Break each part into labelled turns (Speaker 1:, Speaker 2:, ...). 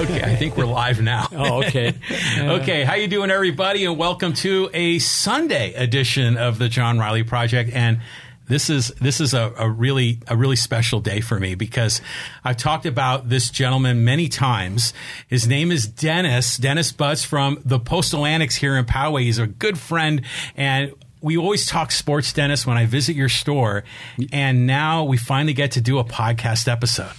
Speaker 1: I think we're live now.
Speaker 2: Oh, okay.
Speaker 1: okay, how you doing, everybody? And welcome to a Sunday edition of the John Riley Project. And this is this is a, a really a really special day for me because I've talked about this gentleman many times. His name is Dennis Dennis Butts from the Postalantics here in Poway. He's a good friend and. We always talk sports, Dennis, when I visit your store, and now we finally get to do a podcast episode.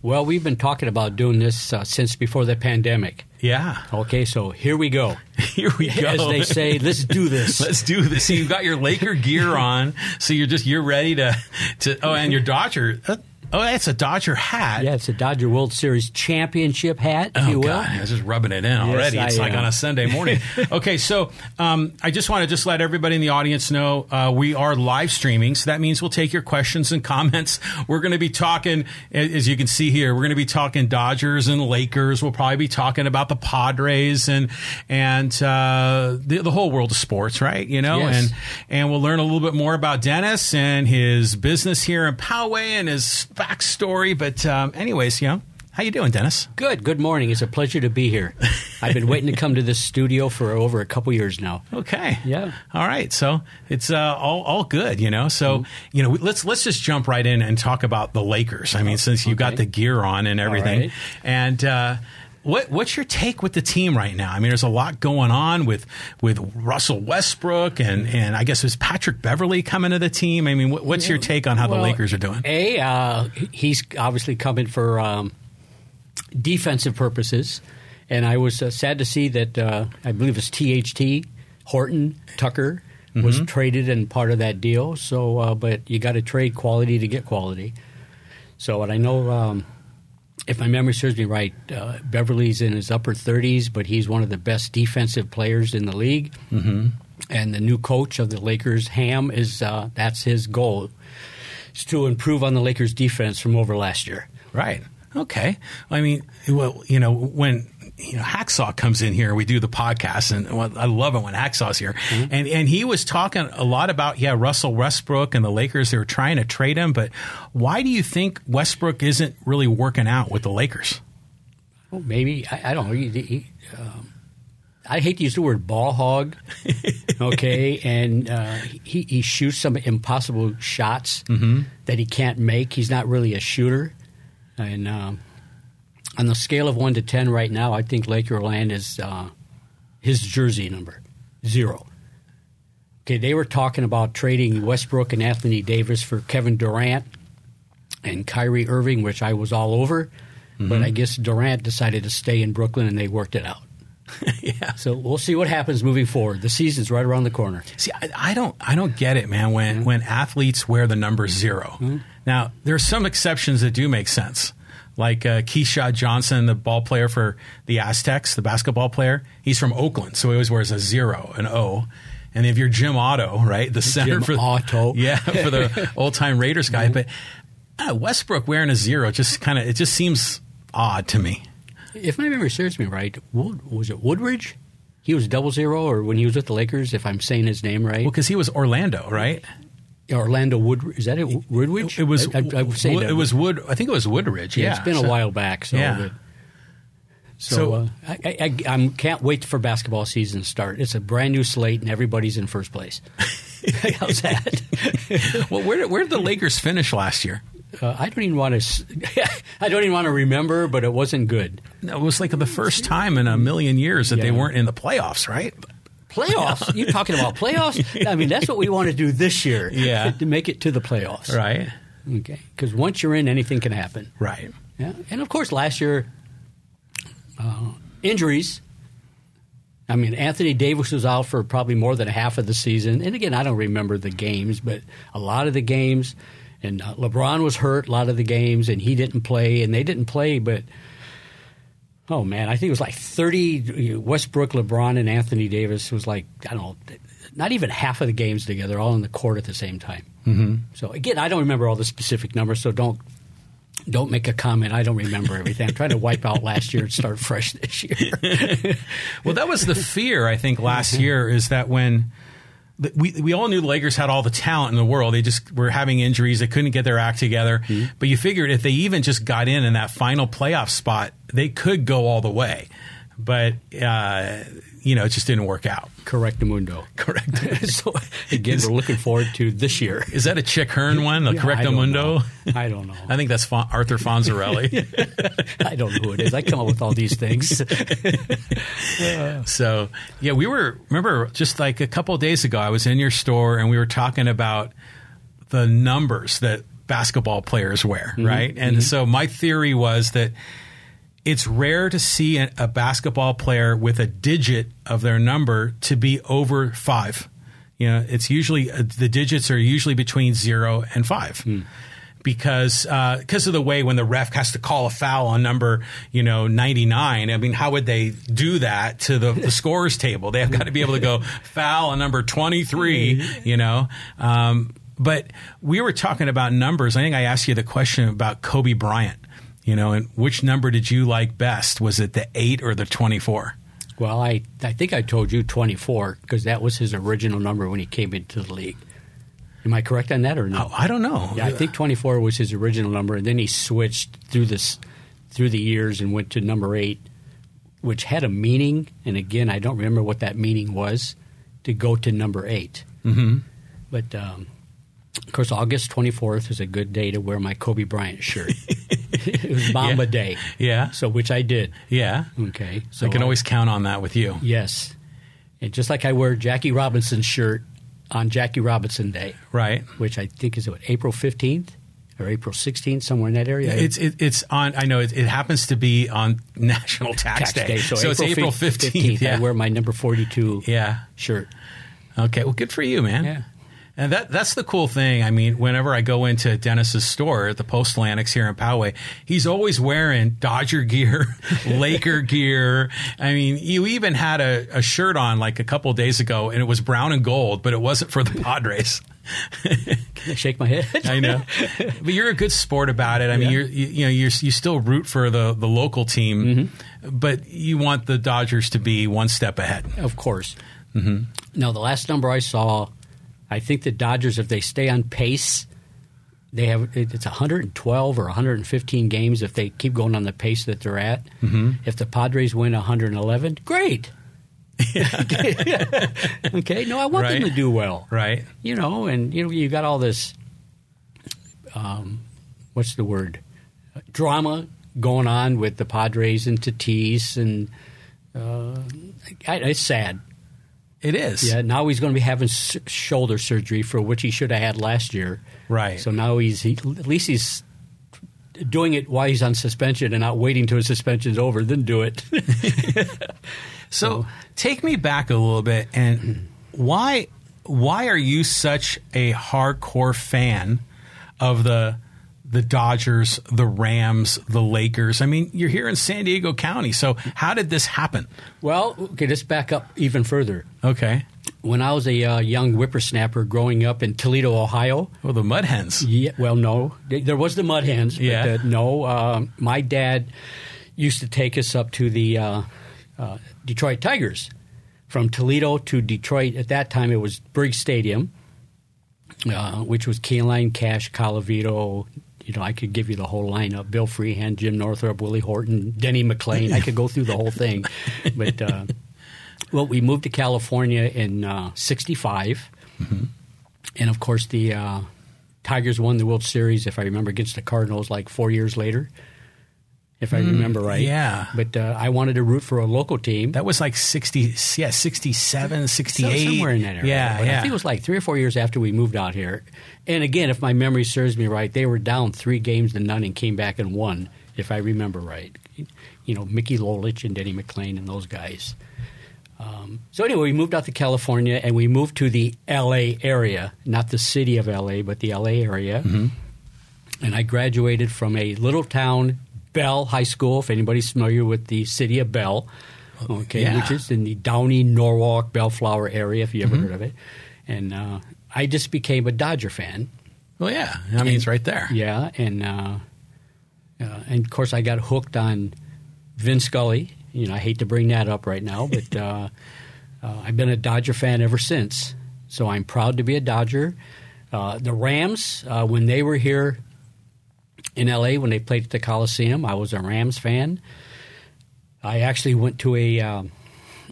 Speaker 2: Well, we've been talking about doing this uh, since before the pandemic.
Speaker 1: Yeah.
Speaker 2: Okay, so here we go.
Speaker 1: Here we go.
Speaker 2: Oh. As they say, let's do this.
Speaker 1: Let's do this. So you've got your Laker gear on, so you're just you're ready to to. Oh, and your Dodger. Oh, that's a Dodger hat.
Speaker 2: yeah, it's a Dodger World Series championship hat, if
Speaker 1: Oh
Speaker 2: you will.
Speaker 1: God, I was just rubbing it in already.
Speaker 2: I
Speaker 1: it's like
Speaker 2: am.
Speaker 1: on a Sunday morning. okay, so um, I just want to just let everybody in the audience know uh, we are live streaming, so that means we'll take your questions and comments. We're going to be talking, a- as you can see here, we're going to be talking Dodgers and Lakers. We'll probably be talking about the Padres and and uh, the, the whole world of sports, right? You know,
Speaker 2: Yes.
Speaker 1: and and we'll learn a little bit more about Dennis and his business here in Poway and his backstory. But um, anyways, you know, how you doing, Dennis?
Speaker 2: Good. Good morning. It's a pleasure to be here. I've been waiting to come to this studio for over a couple years now.
Speaker 1: Okay.
Speaker 2: Yeah.
Speaker 1: All right. So it's uh, all all good, you know. So
Speaker 2: Mm-hmm.
Speaker 1: you know, let's let's just jump right in and talk about the Lakers. I mean, since you got
Speaker 2: Oh, Okay.
Speaker 1: the gear on and everything,
Speaker 2: right.
Speaker 1: and. Uh, what, what's your take with the team right now? I mean, there's a lot going on with with Russell Westbrook and, and I guess is Patrick Beverly coming to the team. I mean, what, what's your take on how the
Speaker 2: Well,
Speaker 1: Lakers are doing?
Speaker 2: A, uh, he's obviously coming for um, defensive purposes, and I was uh, sad to see that uh, I believe it's THT Horton Tucker was traded and part of that deal. So, uh, but you got to trade quality to get quality. So, and I know. Um, if my memory serves me right, uh, Beverly's in his upper 30s, but he's one of the best defensive players in the league. Mm-hmm. And the new coach of the Lakers, Ham, is uh, that's his goal is to improve on the Lakers' defense from over last year.
Speaker 1: Right. Okay. I mean, well, you know, when you know Hacksaw comes in here, we do the podcast, and well, I love it when Hacksaw's here. And and he was talking a lot about yeah Russell Westbrook and the Lakers. They were trying to trade him, but why do you think Westbrook isn't really working out with the Lakers?
Speaker 2: Well, maybe I, I don't know. He, he, um, I hate to use the word ball hog. Okay, and uh, he he shoots some impossible shots that he can't make. He's not really a shooter, and um, on the scale of one to ten right now, I think Lakerland is uh, his jersey number zero. Okay, they were talking about trading Westbrook and Anthony Davis for Kevin Durant and Kyrie Irving, which I was all over.
Speaker 1: Mm-hmm.
Speaker 2: But I guess Durant decided to stay in Brooklyn and they worked it out. yeah. So we'll see what happens moving forward. The season's right around the corner.
Speaker 1: See, I, I don't, I don't get it, man. When
Speaker 2: Mm-hmm.
Speaker 1: when athletes wear the number 0 now there are some exceptions that do make sense, like uh, Keyshawn Johnson, the ball player for the Aztecs, the basketball player. He's from Oakland, so he always wears a zero, an O. And if you're Jim Otto, right, the center
Speaker 2: Jim
Speaker 1: for
Speaker 2: Otto. Mm-hmm.
Speaker 1: yeah, for the old time Raiders guy. But uh, Westbrook wearing a zero just kind of it just seems odd to me.
Speaker 2: If my memory serves me right, Wood, was it Woodridge? He was double zero, or when he was with the Lakers, if I'm saying his name right,
Speaker 1: Well, because he was Orlando, right?
Speaker 2: Orlando Woodridge. Is that it? Woodridge?
Speaker 1: It was
Speaker 2: I, I, I would say
Speaker 1: Wood-
Speaker 2: that.
Speaker 1: it was Wood. I think it was Woodridge. Yeah,
Speaker 2: Yeah, it's been a
Speaker 1: So-
Speaker 2: while back. So,
Speaker 1: yeah.
Speaker 2: the- so,
Speaker 1: So-
Speaker 2: uh, I, I, I I'm, can't wait for basketball season to start. It's a brand new slate, and everybody's in first place. How's that?
Speaker 1: well, where did, where did the Lakers finish last year?
Speaker 2: Uh, I don't even want to. I don't even want to remember, but it wasn't good.
Speaker 1: No, it was like the first time in a million years that they
Speaker 2: Yeah.
Speaker 1: weren't in the playoffs, right?
Speaker 2: Playoffs? you talking about playoffs? I mean, that's what we want to do this year.
Speaker 1: Yeah.
Speaker 2: to make it to the playoffs.
Speaker 1: Right,
Speaker 2: Okay, because once you're in, anything can happen.
Speaker 1: right.
Speaker 2: Yeah, and of course, last year, uh, injuries. I mean, Anthony Davis was out for probably more than half of the season. And again, I don't remember the games, but a lot of the games, and uh, LeBron was hurt a lot of the games, and he didn't play, and they didn't play, but. Oh man, I think it was like thirty. Westbrook, LeBron, and Anthony Davis was like I don't know, not even half of the games together, all on the court at the same time. Mm-hmm. So again, I don't remember all the specific numbers, so don't don't make a comment. I don't remember everything. I'm trying to wipe out last year and start fresh this year. Mm-hmm.
Speaker 1: Well, that was the fear I think last year is that when th- we we all knew the Lakers had all the talent in the world. They just were having injuries. They couldn't get their act together.
Speaker 2: Mm-hmm.
Speaker 1: But you figured if they even just got in in that final playoff spot, they could go all the way. But uh, you know, it just didn't work out.
Speaker 2: Correct, Mundo.
Speaker 1: Correct.
Speaker 2: so again, we're looking forward to this year.
Speaker 1: Is that a Chick Hearn one? The
Speaker 2: Yeah, I
Speaker 1: Correcto
Speaker 2: don't
Speaker 1: Mundo?
Speaker 2: know. I don't know.
Speaker 1: I think that's Fon- Arthur Fonzarelli.
Speaker 2: I don't know who it is. I come up with all these things.
Speaker 1: So yeah, we were remember just like a couple of days ago, I was in your store and we were talking about the numbers that basketball players wear, right? And so my theory was that it's rare to see a, a basketball player with a digit of their number to be over five. You know, it's usually uh, the digits are usually between zero and five. Because because of the way when the ref has to call a foul on number you know ninety nine, I mean, how would they do that to the, the scorers table? They've got to be able to go foul on number twenty three, you know. Um, but we were talking about numbers. I think I asked you the question about Kobe Bryant. You know, and which number did you like best? Was it the eight or the twenty-four?
Speaker 2: Well, I, I think I told you 24 because that was his original number when he came into the league. Am I correct on that or no?
Speaker 1: Oh, I don't know.
Speaker 2: yeah, I think 24 was his original number, and then he switched through this through the years and went to number eight, which had a meaning. And again, I don't remember what that meaning was to go to number 8 Mm-hmm. But um, of course, August 24th is a good day to wear my Kobe Bryant shirt. it was Mamba Day,
Speaker 1: Yeah.
Speaker 2: so which I did.
Speaker 1: yeah.
Speaker 2: Okay, so
Speaker 1: I can always count on that with you.
Speaker 2: Yes. And just like I wear Jackie Robinson's shirt on Jackie Robinson Day,
Speaker 1: Right.
Speaker 2: which I think is what, April 15th or April 16th, somewhere in that area.
Speaker 1: It's it, it's on. I know it, it happens to be on National Tax, Day, so, it's April
Speaker 2: fif-
Speaker 1: fifteenth.
Speaker 2: I
Speaker 1: Yeah.
Speaker 2: wear my number 42
Speaker 1: yeah.
Speaker 2: shirt.
Speaker 1: Okay. Well, good for you, man.
Speaker 2: Yeah.
Speaker 1: And that that's the cool thing. I mean, whenever I go into Dennis's store at the Post Atlantics here in Poway, he's always wearing Dodger gear, Laker gear. I mean, you even had a, a shirt on like a couple days ago, and it was brown and gold, but it wasn't for the Padres.
Speaker 2: I shake my head.
Speaker 1: I know, but you're a good sport about it. I mean,
Speaker 2: Yeah.
Speaker 1: you're, you you know you're you still root for the the local team, but you want the Dodgers to be one step ahead.
Speaker 2: of course. Mm-hmm. Now, the last number I saw, I think the Dodgers, if they stay on pace, they have it- it's 112 or 115 games if they keep going on the pace that they're at. Mm-hmm. If the Padres win 111, great. okay, no, I want
Speaker 1: Right.
Speaker 2: them to do well,
Speaker 1: Right?
Speaker 2: you know, and you know you got all this, um, what's the word, drama going on with the Padres and Tatis, and uh, I, it's sad.
Speaker 1: It is.
Speaker 2: Yeah, now he's going to be having s- shoulder surgery for which he should have had last year.
Speaker 1: Right.
Speaker 2: So now he's he, at least he's doing it while he's on suspension and not waiting till his suspension's over, then do it.
Speaker 1: So
Speaker 2: Mm-hmm.
Speaker 1: take me back a little bit, and why why are you such a hardcore fan of the the Dodgers, the Rams, the Lakers? I mean, you're here in San Diego County, so how did this happen?
Speaker 2: well, okay, let's back up even further.
Speaker 1: Okay,
Speaker 2: When I was a uh, young whippersnapper growing up in Toledo, Ohio,
Speaker 1: well, the Mud Hens.
Speaker 2: Yeah, well, no, Th- there was the Mud Hens. But
Speaker 1: Yeah.
Speaker 2: the- no, um, my dad used to take us up to the uh, uh, Detroit Tigers from Toledo to Detroit. At that time, it was Briggs Stadium, uh, which was Keyline, Cash, Colavito. You know, I could give you the whole lineup: Bill Freehand, Jim Northrup, Willie Horton, Denny McLean. I could go through the whole thing, but. Uh, well, we moved to California in uh, '65, and of course the uh, Tigers won the World Series, if I remember, against the Cardinals like four years later, if I remember right.
Speaker 1: yeah.
Speaker 2: But uh, I wanted to root for a local team.
Speaker 1: That was like 60, yeah, 67, 68.
Speaker 2: Somewhere in that area.
Speaker 1: Yeah,
Speaker 2: But
Speaker 1: yeah.
Speaker 2: I think it was like three or four years after we moved out here. And again, if my memory serves me right, they were down three games to none and came back and won, if I remember right. You know, Mickey Lolich and Denny McLean and those guys. Um, so anyway, we moved out to California and we moved to the L.A. area, not the city of L.A., but the L.A. area.
Speaker 1: Mm-hmm.
Speaker 2: And I graduated from a little town, Bell High School. If anybody's familiar with the city of Bell, okay,
Speaker 1: Yeah.
Speaker 2: which is in the Downey, Norwalk, Bellflower area, if you ever heard of it. And uh, I just became a Dodger fan.
Speaker 1: well, yeah. I mean, it's right there.
Speaker 2: Yeah, and uh, uh, and of course I got hooked on Vin Scully. You know, I hate to bring that up right now, but uh, uh, I've been a Dodger fan ever since. So I'm proud to be a Dodger. Uh, the Rams, uh, when they were here in LA, when they played at the Coliseum, I was a Rams fan. I actually went to a um,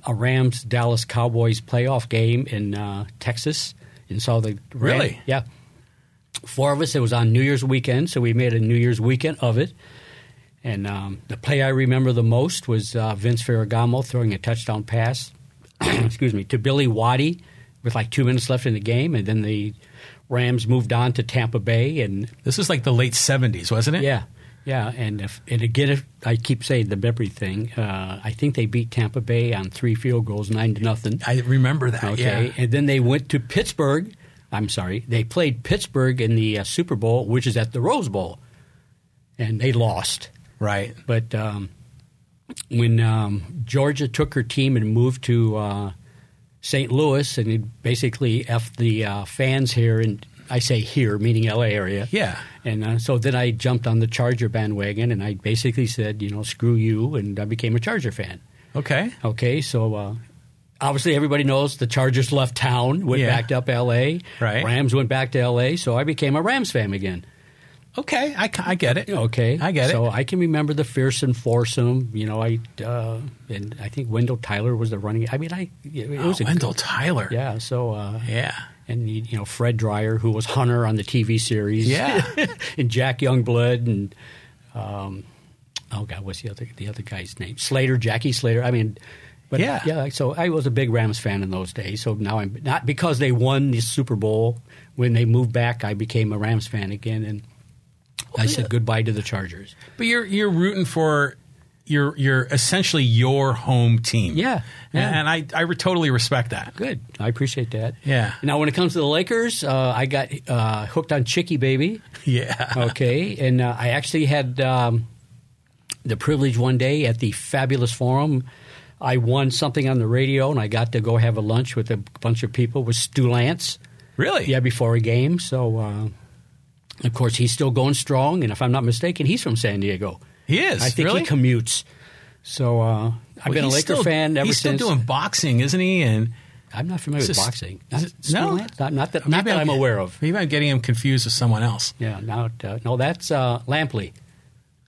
Speaker 2: a Rams Dallas Cowboys playoff game in uh, Texas and saw the Ram-
Speaker 1: Really?
Speaker 2: yeah four of us. It was on New Year's weekend, so we made a New Year's weekend of it. And um, the play I remember the most was uh, Vince Ferragamo throwing a touchdown pass, excuse me, to Billy Waddy with like two minutes left in the game, and then the Rams moved on to Tampa Bay, and
Speaker 1: This is like the late 70s, wasn't it?
Speaker 2: yeah, yeah, and if, and again, if, I keep saying the memory thing. Uh, I think they beat Tampa Bay on three field goals, nine to nothing.
Speaker 1: I remember that.
Speaker 2: Okay,
Speaker 1: Yeah.
Speaker 2: and then they went to Pittsburgh. I'm sorry, they played Pittsburgh in the uh, Super Bowl, which is at the Rose Bowl, and they lost.
Speaker 1: Right.
Speaker 2: But um, when um, Georgia took her team and moved to uh, St. Louis, and it basically effed the uh, fans here, and I say here, meaning LA area.
Speaker 1: Yeah.
Speaker 2: And uh, so then I jumped on the Charger bandwagon, and I basically said, you know, screw you, and I became a Charger fan.
Speaker 1: Okay.
Speaker 2: Okay, so uh, obviously everybody knows the Chargers left town, went
Speaker 1: Yeah.
Speaker 2: back up L.A.
Speaker 1: Right.
Speaker 2: Rams went back to L.A. So I became a Rams fan again.
Speaker 1: Okay. I, ca- I get it.
Speaker 2: Okay,
Speaker 1: I get
Speaker 2: So
Speaker 1: it.
Speaker 2: I can remember the fearsome foursome. You know, I uh, and I think Wendell Tyler was the running. I mean, I it was
Speaker 1: Oh,
Speaker 2: a
Speaker 1: Wendell Tyler.
Speaker 2: Yeah. So uh,
Speaker 1: Yeah.
Speaker 2: and you know Fred Dreyer, who was Hunter on the TV series.
Speaker 1: Yeah.
Speaker 2: and Jack Youngblood and um, oh god, what's the other the other guy's name? Slater, Jackie Slater. I mean, but
Speaker 1: Yeah.
Speaker 2: So I was a big Rams fan in those days. So now I'm not because they won the Super Bowl. When they moved back, I became a Rams fan again, and I said goodbye to the Chargers.
Speaker 1: But you're you're rooting for your your essentially your home team.
Speaker 2: Yeah, yeah.
Speaker 1: And, and I I re- totally respect that.
Speaker 2: Good, I appreciate that.
Speaker 1: Yeah.
Speaker 2: Now, when it comes to the Lakers, uh, I got uh, hooked on Chicky Baby.
Speaker 1: Yeah.
Speaker 2: okay, and uh, I actually had um, the privilege one day at the Fabulous Forum. I won something on the radio, and I got to go have a lunch with a bunch of people with Stu Lance.
Speaker 1: Really?
Speaker 2: Yeah, before a game. So, uh, of course, he's still going strong, and if I'm not mistaken, he's from San Diego.
Speaker 1: He is.
Speaker 2: I think
Speaker 1: really?
Speaker 2: he commutes. So uh, I've
Speaker 1: Well,
Speaker 2: been a
Speaker 1: he's
Speaker 2: Laker
Speaker 1: still-
Speaker 2: fan ever
Speaker 1: he's
Speaker 2: since.
Speaker 1: still doing boxing, isn't he? And
Speaker 2: I'm not familiar
Speaker 1: Is
Speaker 2: with
Speaker 1: this-
Speaker 2: boxing.
Speaker 1: is
Speaker 2: Not,
Speaker 1: it-
Speaker 2: Stu
Speaker 1: no?
Speaker 2: Lance? Not, not that, not
Speaker 1: maybe
Speaker 2: that I'm
Speaker 1: get-
Speaker 2: aware of.
Speaker 1: Maybe I'm getting him confused with someone else.
Speaker 2: Yeah, not, uh, no, that's uh, Lampley.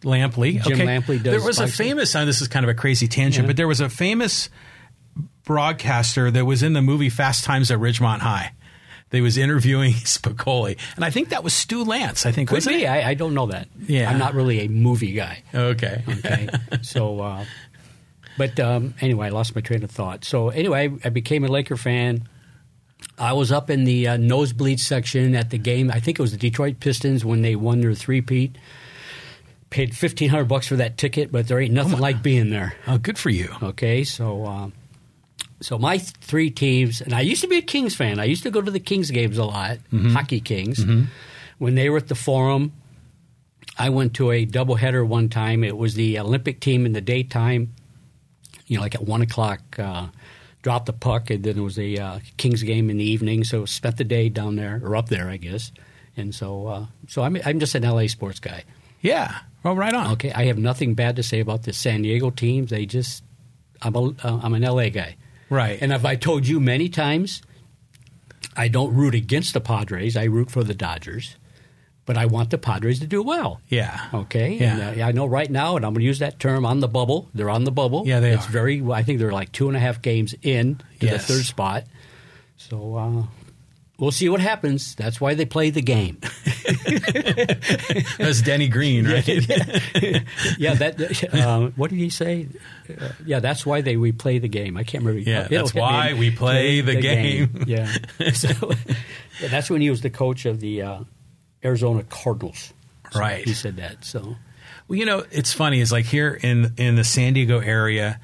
Speaker 1: Lampley.
Speaker 2: Jim
Speaker 1: okay.
Speaker 2: Lampley does
Speaker 1: There was a
Speaker 2: boxing.
Speaker 1: famous. uh, this is kind of a crazy tangent, but there was a famous broadcaster that was in the movie Fast Times at Ridgemont High. They was interviewing Spicoli, and I think that was Stu Lance. I think
Speaker 2: Could
Speaker 1: wasn't
Speaker 2: be.
Speaker 1: it?
Speaker 2: I, I don't know that.
Speaker 1: Yeah.
Speaker 2: I'm not really a movie guy.
Speaker 1: Okay.
Speaker 2: Okay. so, uh, but um, anyway, I lost my train of thought. So anyway, I, I became a Laker fan. I was up in the uh, nosebleed section at the game. I think it was the Detroit Pistons when they won their three-peat. Paid fifteen hundred bucks for that ticket, but there ain't nothing like being there.
Speaker 1: Oh, good for you.
Speaker 2: Okay, so um, so my th- three teams, and I used to be a Kings fan. I used to go to the Kings games a lot, hockey Kings. When they were at the Forum, I went to a doubleheader one time. It was the Olympic team in the daytime, you know, like at one o'clock. Uh, Dropped the puck, and then it was a uh, Kings game in the evening. So spent the day down there or up there, I guess. And so, uh, so I'm I'm just an LA sports guy.
Speaker 1: Yeah. Well, right on.
Speaker 2: Okay, I have nothing bad to say about the San Diego teams. They just, I'm a, uh, I'm an LA guy,
Speaker 1: Right.
Speaker 2: and if I told you many times, I don't root against the Padres. I root for the Dodgers, but I want the Padres to do well.
Speaker 1: yeah.
Speaker 2: Okay,
Speaker 1: Yeah.
Speaker 2: and, uh, I know right now, and I'm going to use that term on the bubble. They're on the bubble.
Speaker 1: Yeah, they
Speaker 2: it's
Speaker 1: are.
Speaker 2: very. I think they're like two and a half games in to
Speaker 1: Yes.
Speaker 2: the third spot. So. Uh, We'll see what happens. That's why they play the game.
Speaker 1: That's Denny Green, right?
Speaker 2: yeah, that. Um, what did he say? Uh, yeah, that's why they replay the game. I can't remember.
Speaker 1: Yeah,
Speaker 2: It'll
Speaker 1: that's
Speaker 2: hit me.
Speaker 1: why we play the game.
Speaker 2: Yeah. so yeah, that's when he was the coach of the uh, Arizona Cardinals. So
Speaker 1: Right.
Speaker 2: He said that. So
Speaker 1: Well, you know, it's funny. Is like here in in the San Diego area,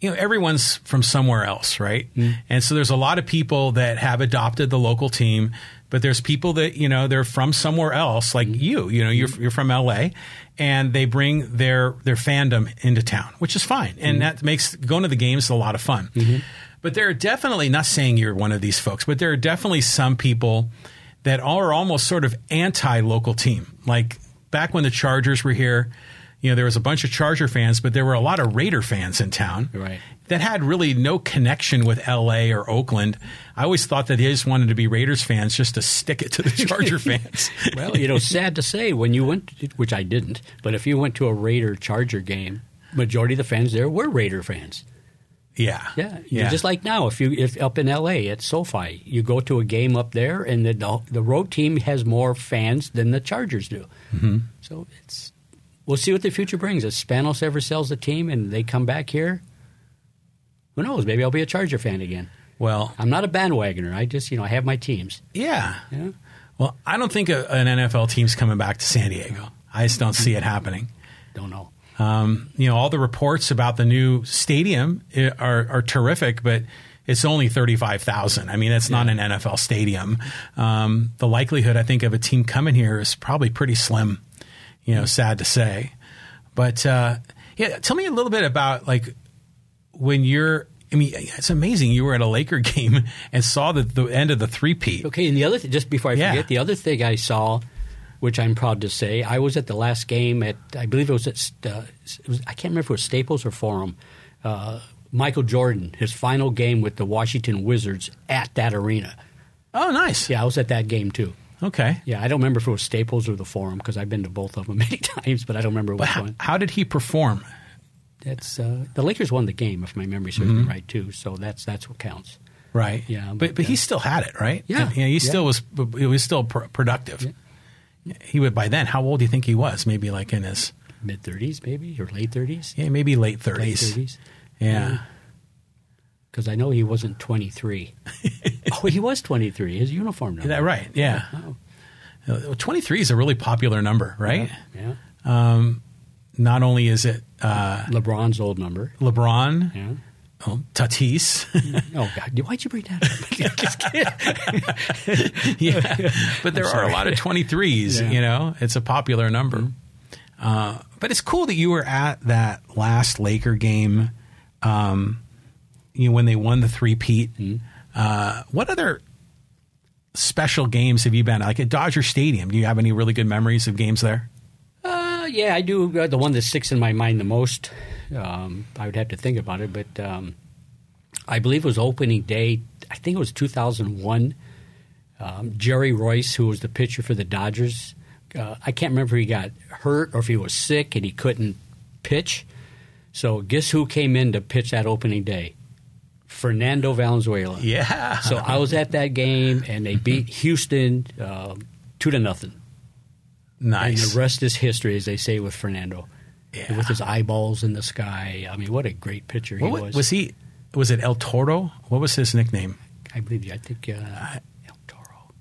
Speaker 1: you know, everyone's from somewhere else, right? And so there's a lot of people that have adopted the local team, but there's people that you know they're from somewhere else, like you. You know, you're you're from LA, and they bring their their fandom into town, which is fine, and that makes going to the games a lot of fun. But there are definitely not saying you're one of these folks, but there are definitely some people that are almost sort of anti local team, like back when the Chargers were here, you know, there was a bunch of Charger fans, but there were a lot of Raider fans in town
Speaker 2: Right.
Speaker 1: that had really no connection with LA or Oakland. I always thought that they just wanted to be Raiders fans just to stick it to the Charger fans.
Speaker 2: Well, you know, sad to say, when you went, which I didn't, but if you went to a Raider Charger game, majority of the fans there were Raider fans.
Speaker 1: Yeah.
Speaker 2: Yeah, yeah. Just like now, if you if up in L.A. at SoFi, you go to a game up there, and the the, the road team has more fans than the Chargers do. Mm-hmm. So it's we'll see what the future brings. If Spanos ever sells the team and they come back here, who knows? Maybe I'll be a Charger fan again.
Speaker 1: well,
Speaker 2: I'm not a bandwagoner. I just you know I have my teams.
Speaker 1: yeah.
Speaker 2: Yeah.
Speaker 1: Well, I don't think a, an NFL team's coming back to San Diego. I just don't see it happening.
Speaker 2: Don't know.
Speaker 1: Um, you know, all the reports about the new stadium i- are, are terrific, but it's only 35,000. I mean, that's not an NFL stadium. Um, the likelihood, I think, of a team coming here is probably pretty slim, you know, sad to say. But uh, yeah, tell me a little bit about like when you're. I mean, it's amazing. You were at a Laker game and saw the, the end of the three-peat.
Speaker 2: Okay, and the other th- just before I
Speaker 1: Yeah.
Speaker 2: forget, the other thing I saw, which I'm proud to say, I was at the last game at I believe it was at St- uh, it was, I can't remember if it was Staples or Forum. Uh, Michael Jordan, his final game with the Washington Wizards at that arena.
Speaker 1: Oh, nice.
Speaker 2: Yeah, I was at that game too.
Speaker 1: Okay.
Speaker 2: Yeah, I don't remember if it was Staples or the Forum because I've been to both of them many times, but I don't remember which
Speaker 1: How,
Speaker 2: one.
Speaker 1: how did he perform?
Speaker 2: That's uh, the Lakers won the game, if my memory serves
Speaker 1: Mm-hmm.
Speaker 2: me right, too. So that's that's what counts.
Speaker 1: Right.
Speaker 2: Yeah,
Speaker 1: But but he still had it, right?
Speaker 2: Yeah.
Speaker 1: And, you know, he still was he was still pr- productive. He would by then. How old do you think he was? Maybe like in his
Speaker 2: Mid thirties, maybe or late thirties.
Speaker 1: yeah, maybe late
Speaker 2: Late
Speaker 1: thirties.
Speaker 2: thirties.
Speaker 1: Yeah.
Speaker 2: because I know he wasn't 23. oh, he was 23. His uniform
Speaker 1: Is
Speaker 2: number.
Speaker 1: that right? Yeah. Twenty three is a really popular number, right?
Speaker 2: Yeah.
Speaker 1: Not only is it uh,
Speaker 2: LeBron's old number.
Speaker 1: LeBron,
Speaker 2: Yeah.
Speaker 1: oh, Tatis,
Speaker 2: Oh God! Why'd you bring that up? Just kidding.
Speaker 1: yeah. But there are a lot of 23s,
Speaker 2: Yeah. Mm-hmm.
Speaker 1: you know, it's a popular number. Uh, but it's cool that you were at that last Laker game, um, you know, when they won the three-peat.
Speaker 2: Mm-hmm.
Speaker 1: Uh, what other special games have you been at? Like at Dodger Stadium, do you have any really good memories of games there?
Speaker 2: Uh, yeah, I do. Uh, the one that sticks in my mind the most, um, I would have to think about it, but um, I believe it was opening day. I think it was 2001. Um, Jerry Royce, who was the pitcher for the Dodgers, uh, I can't remember if he got hurt or if he was sick and he couldn't pitch. So, guess who came in to pitch that opening day? Fernando Valenzuela.
Speaker 1: Yeah.
Speaker 2: So I was at that game, and they beat Houston uh, two to nothing. And
Speaker 1: Nice.
Speaker 2: the rest is history, as they say with Fernando.
Speaker 1: Yeah.
Speaker 2: With his eyeballs in the sky. I mean, what a great pitcher he
Speaker 1: What wa-
Speaker 2: was.
Speaker 1: was he? Was it El Toro? What was his nickname?
Speaker 2: I believe, I think, uh, El Toro.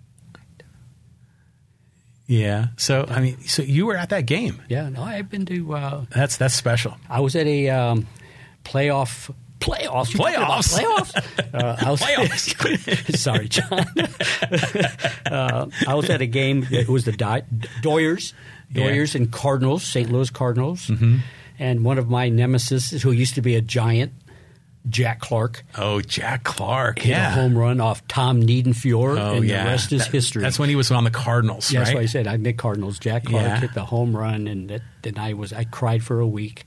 Speaker 1: Yeah. So I mean, so you were at that game.
Speaker 2: Yeah, no, I've been to, uh,
Speaker 1: That's that's special.
Speaker 2: I was at a um, playoff. Playoffs, You talking about
Speaker 1: Playoffs?
Speaker 2: playoffs. Uh, I was,
Speaker 1: Playoffs.
Speaker 2: sorry, John. uh, I was at a game. It was the Di- Doyers, Doyers and Cardinals, St. Louis Cardinals,
Speaker 1: Mm-hmm.
Speaker 2: and one of my nemesis, who used to be a giant, Jack Clark,
Speaker 1: Oh, Jack Clark.
Speaker 2: hit a home run off Tom Niedenfuhr,
Speaker 1: Oh,
Speaker 2: and
Speaker 1: yeah.
Speaker 2: the rest is
Speaker 1: That-
Speaker 2: history.
Speaker 1: That's when he was on the Cardinals,
Speaker 2: Yeah,
Speaker 1: right?
Speaker 2: That's why I said I mid Cardinals. Jack Clark
Speaker 1: Yeah.
Speaker 2: hit the home run, and that, then I was I cried for a week.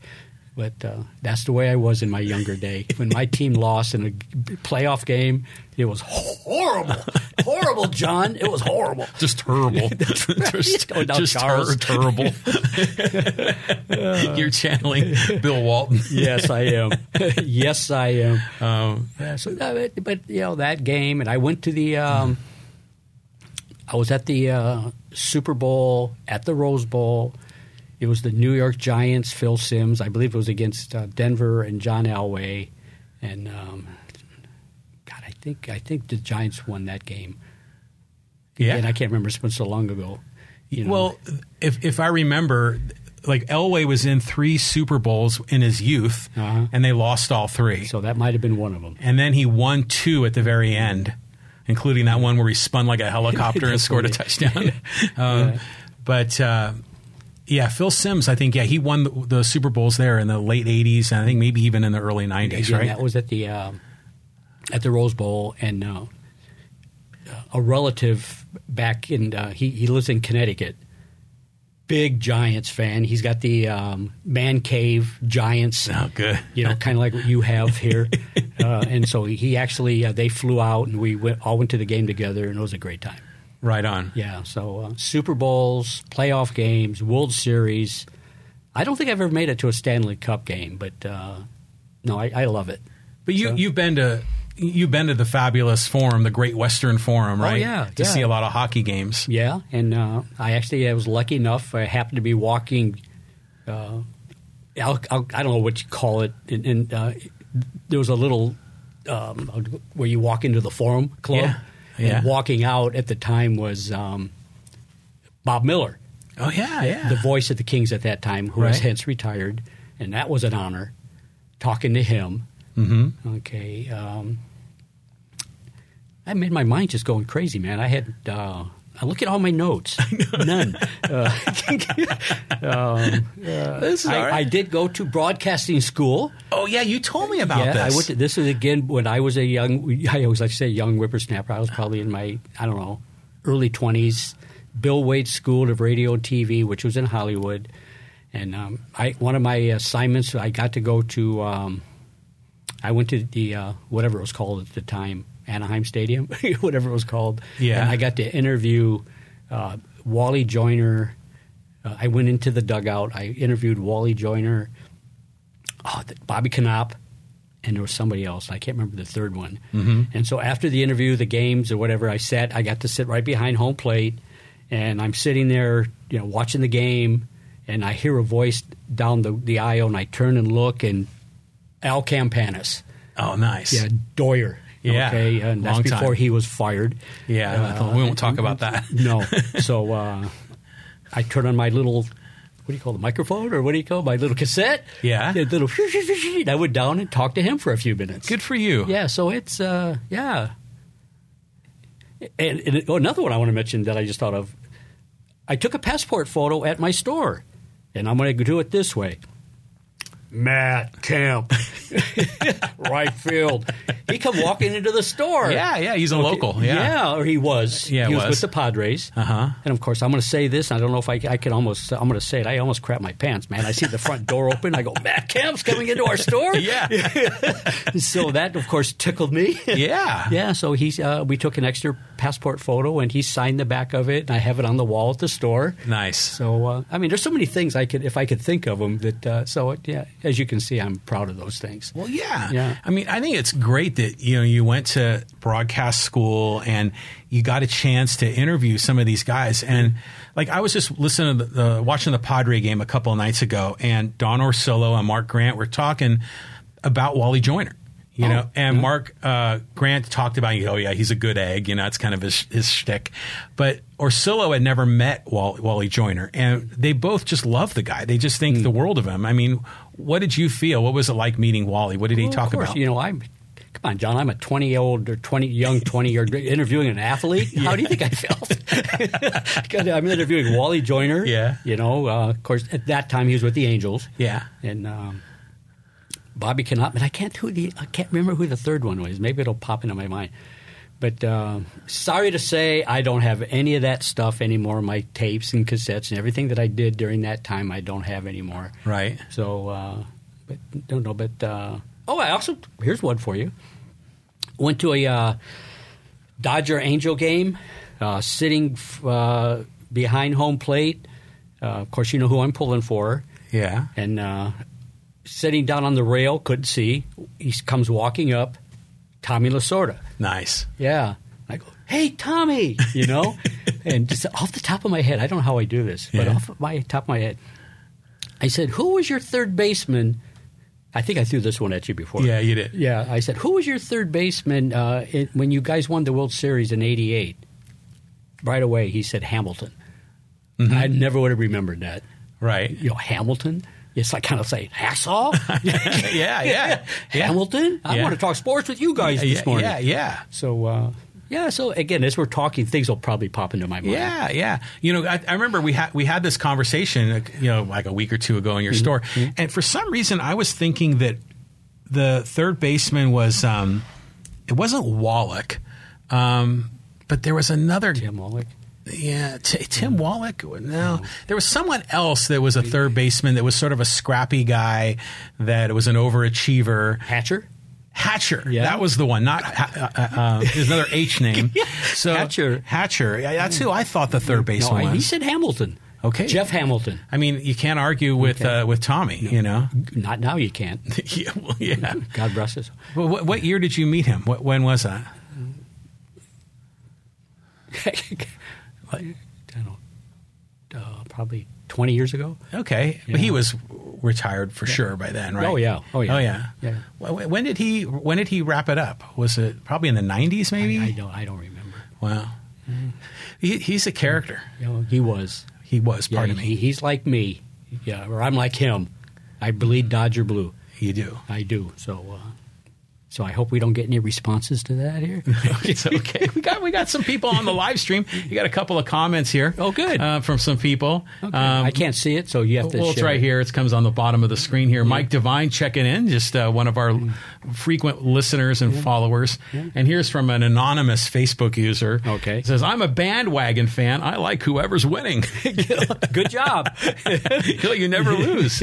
Speaker 2: But uh, that's the way I was in my younger day. When my team lost in a playoff game, it was horrible, horrible, John. It was horrible.
Speaker 1: just terrible. just
Speaker 2: Oh, now
Speaker 1: just
Speaker 2: Charles.
Speaker 1: ter- terrible. You're channeling Bill Walton.
Speaker 2: Yes, I am. yes, I am.
Speaker 1: Um,
Speaker 2: Yeah, so, uh, but, but you know that game, and I went to the. Um, I was at the uh, Super Bowl at the Rose Bowl. It was the New York Giants, Phil Simms. I believe it was against uh, Denver and John Elway, and um, God, I think I think the Giants won that game.
Speaker 1: Yeah.
Speaker 2: and I can't remember. It's been so long ago. You know.
Speaker 1: Well, if if I remember, like Elway was in three Super Bowls in his youth,
Speaker 2: Uh-huh.
Speaker 1: and they lost all three.
Speaker 2: so that might have been one of them.
Speaker 1: and then he won two at the very end, including that one where he spun like a helicopter and scored a touchdown. Um, But uh, yeah, Phil Sims, I think, yeah, he won the, the Super Bowls there in the late '80s, and I think maybe even in the early '90s,
Speaker 2: Again,
Speaker 1: right?
Speaker 2: That was at the um, at the Rose Bowl, and uh, a relative back in uh, he he lives in Connecticut. big Giants fan. He's got the um, man cave Giants.
Speaker 1: Oh, good.
Speaker 2: You know, kind of like what you have here. uh, and so he actually uh, they flew out and we went all went to the game together, and it was a great time.
Speaker 1: Right on.
Speaker 2: Yeah. So uh, Super Bowls, playoff games, World Series. I don't think I've ever made it to a Stanley Cup game, but uh, no, I, I love it.
Speaker 1: But you you've been to you've been to the fabulous forum, the Great Western Forum, right?
Speaker 2: Oh, yeah,
Speaker 1: To
Speaker 2: yeah.
Speaker 1: see a lot of hockey games.
Speaker 2: Yeah, and uh, I actually I was lucky enough. I happened to be walking. Uh, I'll, I'll, I don't know what you call it, and, and uh, there was a little um, where you walk into the Forum Club.
Speaker 1: Yeah, yeah.
Speaker 2: And walking out at the time was um, Bob Miller,
Speaker 1: Oh yeah, yeah.
Speaker 2: the voice of the Kings at that time, who was
Speaker 1: Right.
Speaker 2: hence retired, and that was an honor talking to him. Mm-hmm. Okay. Um, I made my mind just going crazy, man. I had uh, I look at all my notes, none. Uh,
Speaker 1: this is all
Speaker 2: I, I
Speaker 1: right.
Speaker 2: did go to broadcasting school.
Speaker 1: oh yeah, you told me about
Speaker 2: yeah,
Speaker 1: this.
Speaker 2: I went. To, this is again when I was a young. I always like to say young whippersnapper. I was probably in my I don't know early twenties. Bill Wade School of Radio and TV, which was in Hollywood, and um, I one of my assignments I got to go to. Um, I went to the uh, whatever it was called at the time, Anaheim Stadium, whatever it was called.
Speaker 1: Yeah.
Speaker 2: and I got to interview uh, Wally Joyner. Uh, I went into the dugout. I interviewed Wally Joyner, oh, th- Bobby Knopp, and there was somebody else. I can't remember the third one. And so after the interview, the games or whatever, I sat. I got to sit right behind home plate, and I'm sitting there, you know, watching the game, and I hear a voice down the, the aisle, and I turn and look, and Al Campanis,
Speaker 1: oh nice.
Speaker 2: yeah, Doyer.
Speaker 1: Yeah,
Speaker 2: Okay, and that's
Speaker 1: long time.
Speaker 2: before he was fired.
Speaker 1: Yeah, I thought we won't talk about that.
Speaker 2: No. So uh, I turn on my little, what do you call the microphone or what do you call it? my little cassette?
Speaker 1: Yeah.
Speaker 2: The little. and I went down and talked to him for a few minutes.
Speaker 1: Good for you.
Speaker 2: Yeah. So it's uh, yeah. And, and oh, another one I want to mention that I just thought of. I took a passport photo at my store, and I'm going to do it this way. Matt Kemp, right field. He come walking into the store.
Speaker 1: Yeah, yeah, he's a local. Yeah.
Speaker 2: or he was.
Speaker 1: Yeah,
Speaker 2: he was,
Speaker 1: was.
Speaker 2: with the Padres.
Speaker 1: Uh-huh.
Speaker 2: And of course, I'm going to say this. And I don't know if I, I can almost. I'm going to say it. I almost crap my pants, man. I see the front door open. I go, Matt Kemp's coming into our store.
Speaker 1: Yeah.
Speaker 2: so that, of course, tickled me.
Speaker 1: Yeah.
Speaker 2: Yeah, so he's uh, we took an extra passport photo and he signed the back of it, and I have it on the wall at the store.
Speaker 1: Nice.
Speaker 2: So uh, I mean, there's so many things I could if I could think of them that. Uh, so it, yeah, as you can see, I'm proud of those things.
Speaker 1: Well, yeah.
Speaker 2: Yeah.
Speaker 1: I mean, I think it's great that you know you went to broadcast school and you got a chance to interview some of these guys. And like I was just listening to the, the watching the Padre game a couple of nights ago, and Don Orsillo and Mark Grant were talking about Wally Joyner. You
Speaker 2: Oh,
Speaker 1: know, and Mark uh, Grant talked about, oh yeah, he's a good egg. You know, that's kind of his his shtick. But Orsillo had never met Wall, Wally Joyner, and they both just love the guy. They just think the world of him. I mean, what did you feel? What was it like meeting Wally? What did he
Speaker 2: Well,
Speaker 1: talk
Speaker 2: Oh, of course,
Speaker 1: about?
Speaker 2: You know, I'm. Come on, John. I'm a 20 year old or 20 young 20 year interviewing an athlete. How do you think I felt? 'Cause I'm interviewing Wally Joyner.
Speaker 1: Yeah.
Speaker 2: You know, uh, of course, at that time he was with the Angels.
Speaker 1: yeah.
Speaker 2: and um, Bobby Knopf. And I can't who the I can't remember who the third one was. Maybe it'll pop into my mind. But uh, sorry to say, I don't have any of that stuff anymore. My tapes and cassettes and everything that I did during that time, I don't have anymore.
Speaker 1: Right.
Speaker 2: So, uh, but don't know. But uh, oh, I also here's one for you. Went to a uh, Dodger Angel game, uh, sitting f- uh, behind home plate. Uh, of course, you know who I'm pulling for
Speaker 1: Yeah.
Speaker 2: and uh, sitting down on the rail, couldn't see. He comes walking up, Tommy Lasorda.
Speaker 1: Nice.
Speaker 2: Yeah. I go, hey, Tommy, you know? and just off the top of my head, I don't know how I do this, but
Speaker 1: Yeah.
Speaker 2: off of my top of my head, I said, who was your third baseman? I think I threw this one at you before.
Speaker 1: Yeah, you did.
Speaker 2: Yeah, I said, who was your third baseman uh, in, when you guys won the World Series in 88? Right away, he said Hamilton.
Speaker 1: Mm-hmm.
Speaker 2: I never would have remembered that
Speaker 1: Right.
Speaker 2: you know Hamilton. It's like kind of say Hassel,
Speaker 1: yeah, yeah.
Speaker 2: Hamilton. I
Speaker 1: Yeah.
Speaker 2: want to talk sports with you guys
Speaker 1: yeah,
Speaker 2: this morning.
Speaker 1: yeah, yeah.
Speaker 2: So uh, yeah, so again, as we're talking, things will probably pop into my mind.
Speaker 1: Yeah, yeah. You know, I, I remember we had we had this conversation, uh, you know, like a week or two ago in your
Speaker 2: Mm-hmm.
Speaker 1: store, and for some reason I was thinking that the third baseman was um, it wasn't Wallach, um, but there was another
Speaker 2: Tim Wallach.
Speaker 1: yeah, T- Tim Wallach. Mm-hmm. No, there was someone else that was a third baseman that was sort of a scrappy guy that was an overachiever.
Speaker 2: Hatcher?
Speaker 1: Hatcher,
Speaker 2: Yeah.
Speaker 1: that was the one. Not Ha- uh, uh, uh, there's another H name. So
Speaker 2: Hatcher.
Speaker 1: Hatcher. Mm. Yeah, That's who I thought the third
Speaker 2: No,
Speaker 1: baseman
Speaker 2: I- he
Speaker 1: was.
Speaker 2: said Hamilton.
Speaker 1: Okay.
Speaker 2: Jeff Hamilton.
Speaker 1: I mean, you can't argue with uh, with Tommy. You know.
Speaker 2: Not now you can't.
Speaker 1: yeah. Well, yeah.
Speaker 2: God bless us.
Speaker 1: Well, what, what year did you meet him? What, when was that?
Speaker 2: I don't know. Uh, probably 20 years ago.
Speaker 1: Okay, but he was retired for sure by then, right?
Speaker 2: Oh, yeah. Oh, yeah.
Speaker 1: Oh yeah.
Speaker 2: Yeah.
Speaker 1: Wh- When did he when did he wrap it up? Was it probably in the 90s maybe?
Speaker 2: I don't, I don't remember.
Speaker 1: Wow. He, he's a character.
Speaker 2: You know, he was.
Speaker 1: He was,
Speaker 2: Yeah,
Speaker 1: pardon
Speaker 2: he-
Speaker 1: me.
Speaker 2: he's like me. Yeah, or I'm like him. I bleed Dodger blue.
Speaker 1: you do.
Speaker 2: I do. So, uh, so I hope we don't get any responses to that here.
Speaker 1: it's okay. We got we got some people on the live stream. You got a couple of comments here.
Speaker 2: Oh, good.
Speaker 1: Uh, from some people. Uh,
Speaker 2: Okay. Um, I can't see it, so you have to.
Speaker 1: Well, it's
Speaker 2: share
Speaker 1: right
Speaker 2: it.
Speaker 1: here. It comes on the bottom of the screen here. Mike Devine checking in, just uh, one of our frequent listeners and followers. And here's from an anonymous Facebook user.
Speaker 2: Okay.
Speaker 1: It says, I'm a bandwagon fan. I like whoever's winning.
Speaker 2: Good job.
Speaker 1: you you never lose.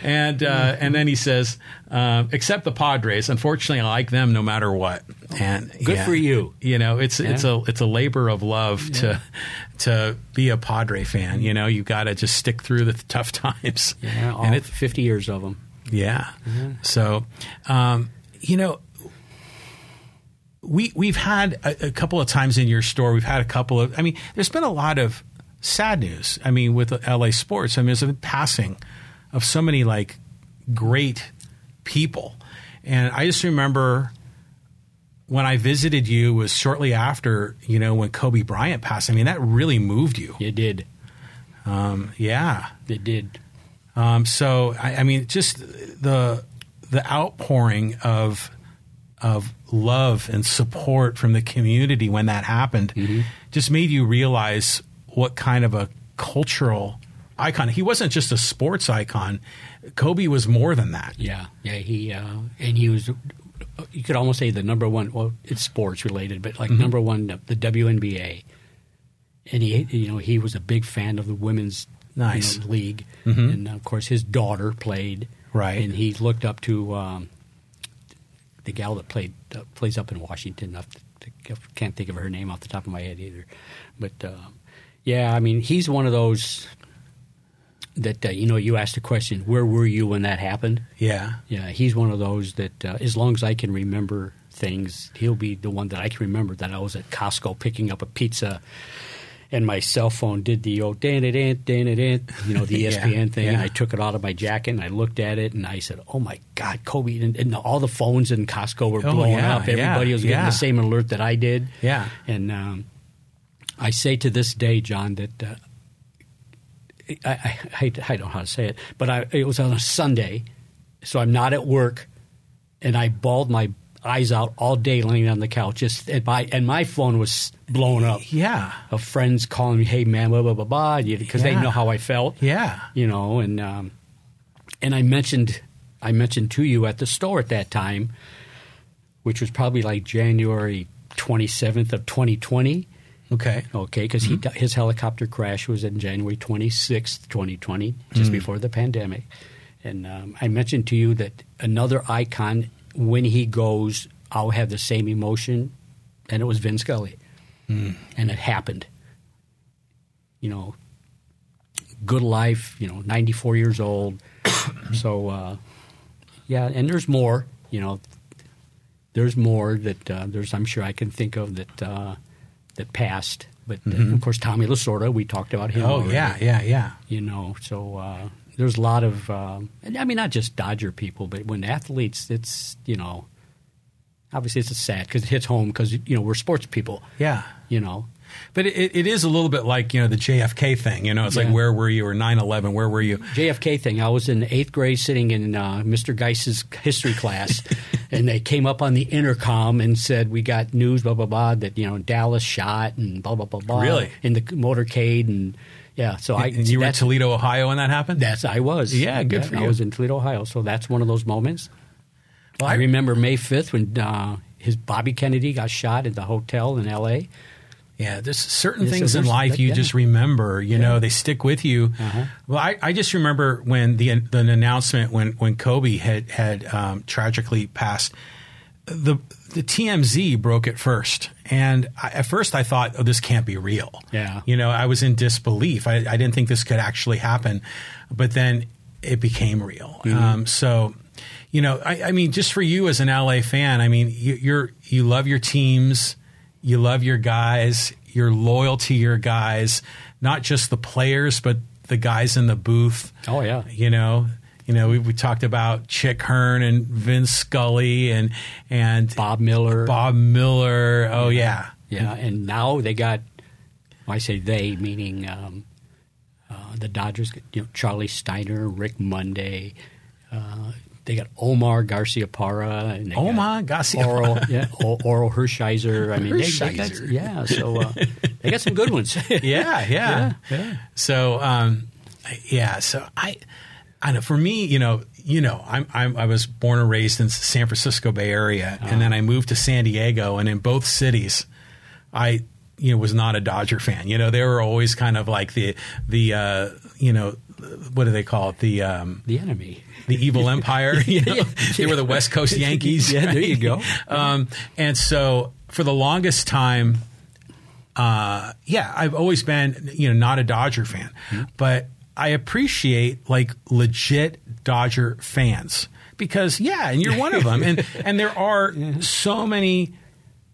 Speaker 1: and uh, and then he says, um, except the Padres. Unfortunately, I like them no matter what. And
Speaker 2: Good
Speaker 1: yeah.
Speaker 2: for you.
Speaker 1: You know, it's it's a it's a labor of love to to be a Padre fan. You know, you got to just stick through the tough times.
Speaker 2: yeah, all
Speaker 1: and it's
Speaker 2: 50 years of them.
Speaker 1: yeah. So, um, you know, we we've had a, a couple of times in your store. We've had a couple of. I mean, there's been a lot of sad news. I mean, with LA sports. I mean, there's a passing of so many like great people, and I just remember when I visited you was shortly after you know when Kobe Bryant passed. I mean, that really moved you.
Speaker 2: It did.
Speaker 1: Yeah.
Speaker 2: It did.
Speaker 1: Um, so I, I mean, just the the outpouring of of love and support from the community when that happened
Speaker 2: Mm-hmm.
Speaker 1: just made you realize what kind of a cultural icon he wasn't just a sports icon. Kobe was more than that.
Speaker 2: Yeah, yeah. He uh, and he was. You could almost say the number one. Well, it's sports related, but
Speaker 1: Mm-hmm.
Speaker 2: like number one, the WNBA. And he, you know, he was a big fan of the women's you know,
Speaker 1: Nice. Mm-hmm.
Speaker 2: league, and of course his daughter played.
Speaker 1: Right.
Speaker 2: and he looked up to um, the gal that played uh, plays up in Washington. Off the, I can't think of her name off the top of my head either, but um, yeah, I mean, he's one of those that uh, you know. You asked the question, "Where were you when that happened?"
Speaker 1: Yeah,
Speaker 2: Yeah, he's one of those that, uh, as long as I can remember things, he'll be the one that I can remember that I was at Costco picking up a pizza, and my cell phone did the oh dan it ant dan it ant, you know, the E
Speaker 1: Yeah,
Speaker 2: ESPN thing. And
Speaker 1: yeah.
Speaker 2: I took it out of my jacket and I looked at it and I said, "Oh my God, Kobe!" And, and all the phones in Costco were
Speaker 1: Oh,
Speaker 2: blowing
Speaker 1: yeah,
Speaker 2: up.
Speaker 1: yeah,
Speaker 2: Everybody was getting
Speaker 1: yeah.
Speaker 2: the same alert that I did.
Speaker 1: Yeah.
Speaker 2: and um, I say to this day, John, that. Uh, I, I, I don't know how to say it, but I, it was on a Sunday, so I'm not at work, and I bawled my eyes out all day laying on the couch. Just and my and my phone was blown up.
Speaker 1: yeah,
Speaker 2: Of friends calling me, "Hey man, blah blah blah blah," because they
Speaker 1: Yeah.
Speaker 2: know how I felt.
Speaker 1: yeah.
Speaker 2: You know, and um, and I mentioned I mentioned to you at the store at that time, which was probably like January 27th of 2020.
Speaker 1: Okay,
Speaker 2: Okay, because he di- his helicopter crash was in January twenty sixth, twenty twenty, just before the pandemic, and um, I mentioned to you that another icon when he goes, I'll have the same emotion, and it was Vin Scully, and it happened. You know, good life. You know, ninety four years old. so, uh, yeah, and there's more. You know, there's more that uh, there's I'm sure I can think of that uh, that passed. But uh, of course, Tommy Lasorda, we talked about him.
Speaker 1: Mm-hmm. oh
Speaker 2: already,
Speaker 1: yeah, yeah, yeah,
Speaker 2: you know. So uh, there's a lot of um, and I mean, not just Dodger people, but when athletes, it's you know, obviously it's sad because it hits home because you know we're sports people.
Speaker 1: yeah.
Speaker 2: You know,
Speaker 1: But it, it is a little bit like you know the JFK thing. You know, it's
Speaker 2: Yeah.
Speaker 1: like where were you or 9-11, Where were you?
Speaker 2: JFK thing. I was in eighth grade sitting in uh, Mr. Geis's history class, and they came up on the intercom and said, We got news, blah, blah, blah, that, you know, Dallas shot and blah, blah, blah, blah.
Speaker 1: Really?
Speaker 2: In the motorcade. And yeah, so I.
Speaker 1: And you were in
Speaker 2: that's-
Speaker 1: Toledo, Ohio, when that happened.
Speaker 2: That's I was.
Speaker 1: Yeah, good for
Speaker 2: I
Speaker 1: you.
Speaker 2: was in Toledo, Ohio. So that's one of those moments.
Speaker 1: Well,
Speaker 2: I
Speaker 1: I-
Speaker 2: remember May fifth when uh, his Bobby Kennedy got shot at the hotel in L.A.
Speaker 1: Yeah, there's certain
Speaker 2: Yes,
Speaker 1: things in
Speaker 2: there's-
Speaker 1: life
Speaker 2: that-
Speaker 1: you
Speaker 2: yeah. Uh-huh.
Speaker 1: just remember. You know, they stick with you. Well, I, I just remember when the the announcement when when Kobe had had um, tragically passed. The the TMZ broke it first, and I, at first I thought, "Oh, this can't be real."
Speaker 2: Yeah.
Speaker 1: you know, I was in disbelief. I, I didn't think this could actually happen, but then it became real.
Speaker 2: Mm-hmm.
Speaker 1: Um, so, you know, I, I mean, just for you as an LA fan, I mean, you, you're you love your teams, you love your guys, you're loyal to your guys, not just the players, but the guys in the booth.
Speaker 2: Oh, yeah.
Speaker 1: you know. You know, we, we talked about Chick Hearn and Vince Scully and and
Speaker 2: Bob Miller.
Speaker 1: Bob Miller. Oh yeah,
Speaker 2: Yeah, and now they got. Well, I say they, meaning um, uh, the Dodgers. You know, Charlie Steiner, Rick Monday. Uh, they got Omar Garcia Parra and they got
Speaker 1: Omar Garcia Parra.
Speaker 2: Oral, yeah, O- Oral Hershiser. I mean, they, they got,
Speaker 1: Hershiser.
Speaker 2: yeah. So uh, they got some good ones.
Speaker 1: yeah, yeah.
Speaker 2: yeah.
Speaker 1: So, um, yeah. So I, I know. For me, you know, you know, I'm, I'm I was born and raised in San Francisco Bay Area,
Speaker 2: Uh-huh.
Speaker 1: and then I moved to San Diego, and in both cities, I you know was not a Dodger fan. You know, they were always kind of like the the uh, you know what do they call it the um,
Speaker 2: the enemy.
Speaker 1: the evil empire. You know?
Speaker 2: Yeah.
Speaker 1: They were the West Coast Yankees.
Speaker 2: Yeah, there you go.
Speaker 1: Um, and so for the longest time, uh, yeah, I've always been you know not a Dodger fan, but I appreciate like legit Dodger fans because yeah, and you're one of them, and and there are so many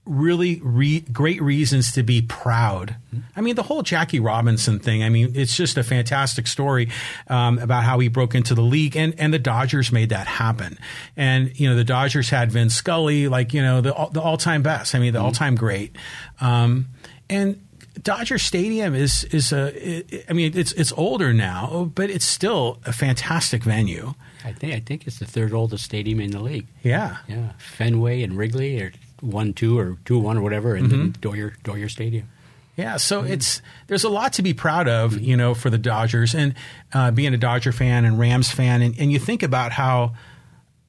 Speaker 1: really re- great reasons to be proud. I mean, the whole Jackie Robinson thing. I mean, it's just a fantastic story um, about how he broke into the league, and and the Dodgers made that happen. And you know, the Dodgers had Vin Scully, like you know, the all- the all time best. I mean, the all time great. Um, and Dodger Stadium is is a. I mean, it's it's older now, but it's still a fantastic venue.
Speaker 2: I think I think it's the third oldest stadium in the league.
Speaker 1: Yeah.
Speaker 2: Yeah, Fenway and Wrigley are one two or two one or whatever, and
Speaker 1: Mm-hmm.
Speaker 2: then Doyer Doyer Stadium.
Speaker 1: Yeah, so it's there's a lot to be proud of, you know, for the Dodgers and uh, being a Dodger fan and Rams fan, and, and you think about how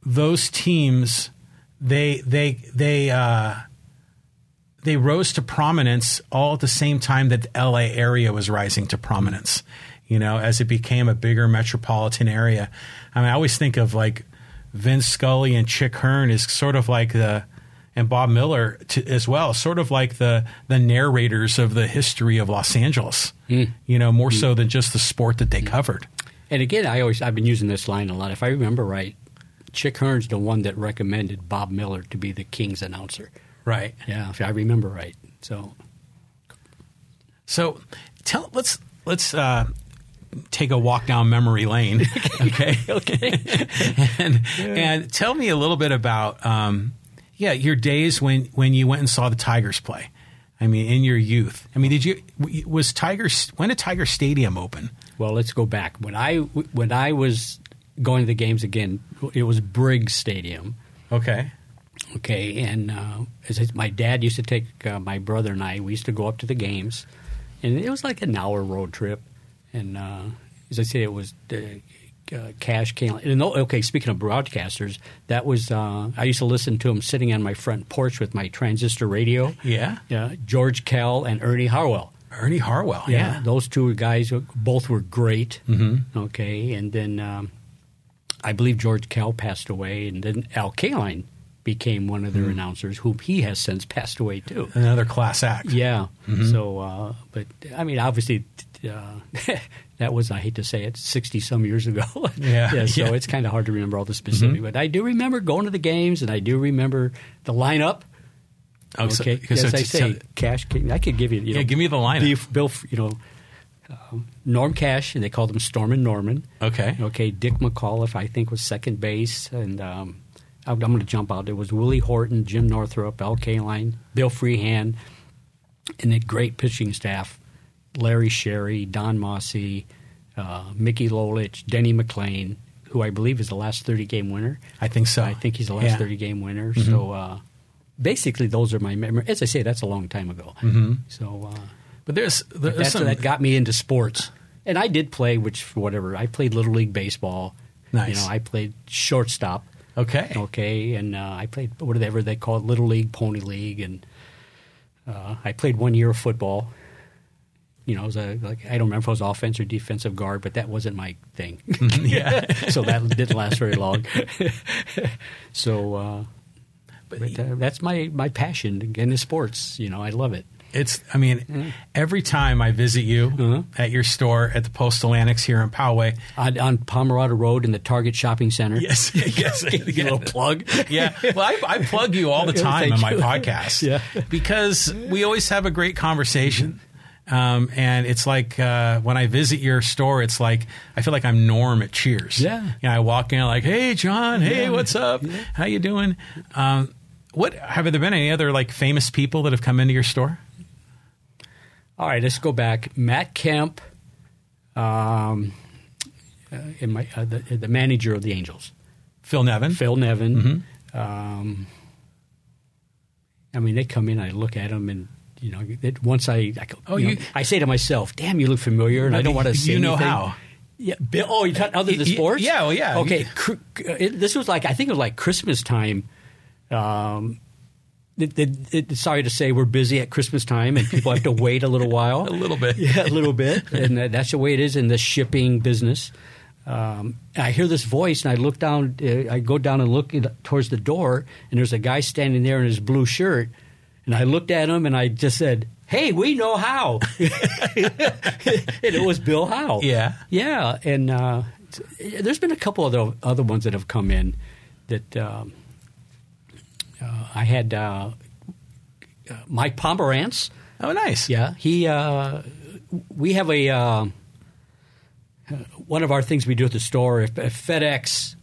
Speaker 1: those teams they they they uh, they rose to prominence all at the same time that the LA area was rising to prominence, you know, as it became a bigger metropolitan area. I mean, I always think of like Vince Scully and Chick Hearn is sort of like the and Bob Miller to, as well, sort of like the the narrators of the history of Los Angeles. You know, more so than just the sport that they covered.
Speaker 2: And again, I always I've been using this line a lot. If I remember right, Chick Hearn's the one that recommended Bob Miller to be the Kings announcer.
Speaker 1: Right.
Speaker 2: Yeah, if I remember right. So
Speaker 1: So, tell let's let's uh, take a walk down memory lane, okay?
Speaker 2: okay,
Speaker 1: and and tell me a little bit about um, yeah your days when when you went and saw the Tigers play. I mean, in your youth. I mean, did you w- was Tiger when did Tiger Stadium open?
Speaker 2: well, let's go back when I when I was going to the games again. It was Briggs Stadium.
Speaker 1: Okay.
Speaker 2: Okay, and uh, as I- my dad used to take uh, my brother and I. We used to go up to the games, and it was like an hour road trip. And uh, as I say, it was uh, uh, Cash Canley. And no, okay, speaking of broadcasters, that was uh, I used to listen to him sitting on my front porch with my transistor radio.
Speaker 1: Yeah.
Speaker 2: yeah, George Kell and Ernie Harwell.
Speaker 1: Ernie Harwell.
Speaker 2: Yeah, those two guys were- both were great. Mm-hmm. Okay, and then um, I believe George Kell passed away, and then Al Kaline became one of their announcers, whom he has since passed away too.
Speaker 1: Another class act.
Speaker 2: Yeah. So, uh, but I mean, obviously, t- uh, that was I hate to say it, sixty some years ago.
Speaker 1: Yeah,
Speaker 2: So
Speaker 1: yeah.
Speaker 2: it's kind of hard to remember all the specific, but I do remember going to the games, and I do remember the lineup.
Speaker 1: Oh, so-
Speaker 2: Okay.
Speaker 1: so
Speaker 2: As I
Speaker 1: t-
Speaker 2: say,
Speaker 1: t-
Speaker 2: Cash King. I could give you. you
Speaker 1: Yeah,
Speaker 2: know,
Speaker 1: give me the lineup.
Speaker 2: Bill, Bill, you know, um, Norm Cash, and they called him Storm and Norman.
Speaker 1: Okay.
Speaker 2: Okay. Dick McAuliffe, I think, was second base, and um, I'm, I'm going to jump out. It was Willie Horton, Jim Northrup, Al Kaline, Bill Freehand, and a great pitching staff: Larry Sherry, Don Mossy, uh, Mickey Lolich, Denny McLean, who I believe is the last 30 game winner.
Speaker 1: I think so.
Speaker 2: I think he's the last
Speaker 1: Yeah. Mm-hmm.
Speaker 2: 30 game winner. So uh, basically, those are my memories. As I say, that's a long time ago. So uh,
Speaker 1: But there's Mm-hmm. there's
Speaker 2: that's,
Speaker 1: some,
Speaker 2: that got me into sports. And I did play, which, for whatever, I played Little League Baseball.
Speaker 1: Nice.
Speaker 2: You know, I played shortstop.
Speaker 1: okay.
Speaker 2: Okay. And uh, I played whatever they call it, Little League, Pony League, and Uh, I played one year of football. You know, I was a, like I don't remember if I was offense or defensive guard, but that wasn't my thing.
Speaker 1: Mm-hmm. yeah.
Speaker 2: so that didn't last very long. so, uh,
Speaker 1: But
Speaker 2: but, uh, that's my my passion in the sports. You know, I love it.
Speaker 1: It's, I mean,
Speaker 2: Mm.
Speaker 1: every time I visit you
Speaker 2: Mm-hmm.
Speaker 1: at your store at the Postal Annex here in Poway,
Speaker 2: On, on Pomerado Road in the Target Shopping Center.
Speaker 1: yes, yes,
Speaker 2: Give a little plug.
Speaker 1: yeah. Well, I, I plug you all the
Speaker 2: Okay,
Speaker 1: time
Speaker 2: thank
Speaker 1: in my
Speaker 2: you.
Speaker 1: podcast
Speaker 2: Yeah.
Speaker 1: because we always have a great conversation. Um, and it's like uh, when I visit your store, it's like I feel like I'm Norm at Cheers.
Speaker 2: Yeah.
Speaker 1: you know, I walk in like, "Hey, John. Hey, what's up? How you doing?" Um, what have there been any other like famous people that have come into your store?
Speaker 2: All right, let's go back. Matt Kemp, um, uh, in my, uh, the, the manager of the Angels,
Speaker 1: Phil Nevin.
Speaker 2: Phil Nevin.
Speaker 1: Mm-hmm.
Speaker 2: Um, I mean, they come in, I look at them, and you know, it, once I, I go-
Speaker 1: Oh,
Speaker 2: you know,
Speaker 1: you-
Speaker 2: I say to myself, "Damn, you look familiar," and I don't want to.
Speaker 1: You
Speaker 2: say
Speaker 1: know
Speaker 2: anything.
Speaker 1: how.
Speaker 2: Yeah, Bill, oh, you talking other than
Speaker 1: Y- y-
Speaker 2: sports?
Speaker 1: yeah, well, yeah.
Speaker 2: Okay, cr- it, this was like I think it was like Christmas time. Um, it, it, it, sorry to say, we're busy at Christmas time, and people have to wait a little while.
Speaker 1: A little bit.
Speaker 2: yeah, a little bit, and that, that's the way it is in the shipping business. Um, I hear this voice, and I look down. Uh, I go down and look at- towards the door, and there's a guy standing there in his blue shirt. And I looked at him, and I just said, "Hey, we know how." and it was Bill Howe.
Speaker 1: Yeah.
Speaker 2: yeah. And uh, t- there's been a couple other other ones that have come in that um, uh, I had. Uh, uh, Mike Pomerantz.
Speaker 1: Oh, nice.
Speaker 2: Yeah, he. Uh, we have a uh, one of our things we do at the store. If, if FedEx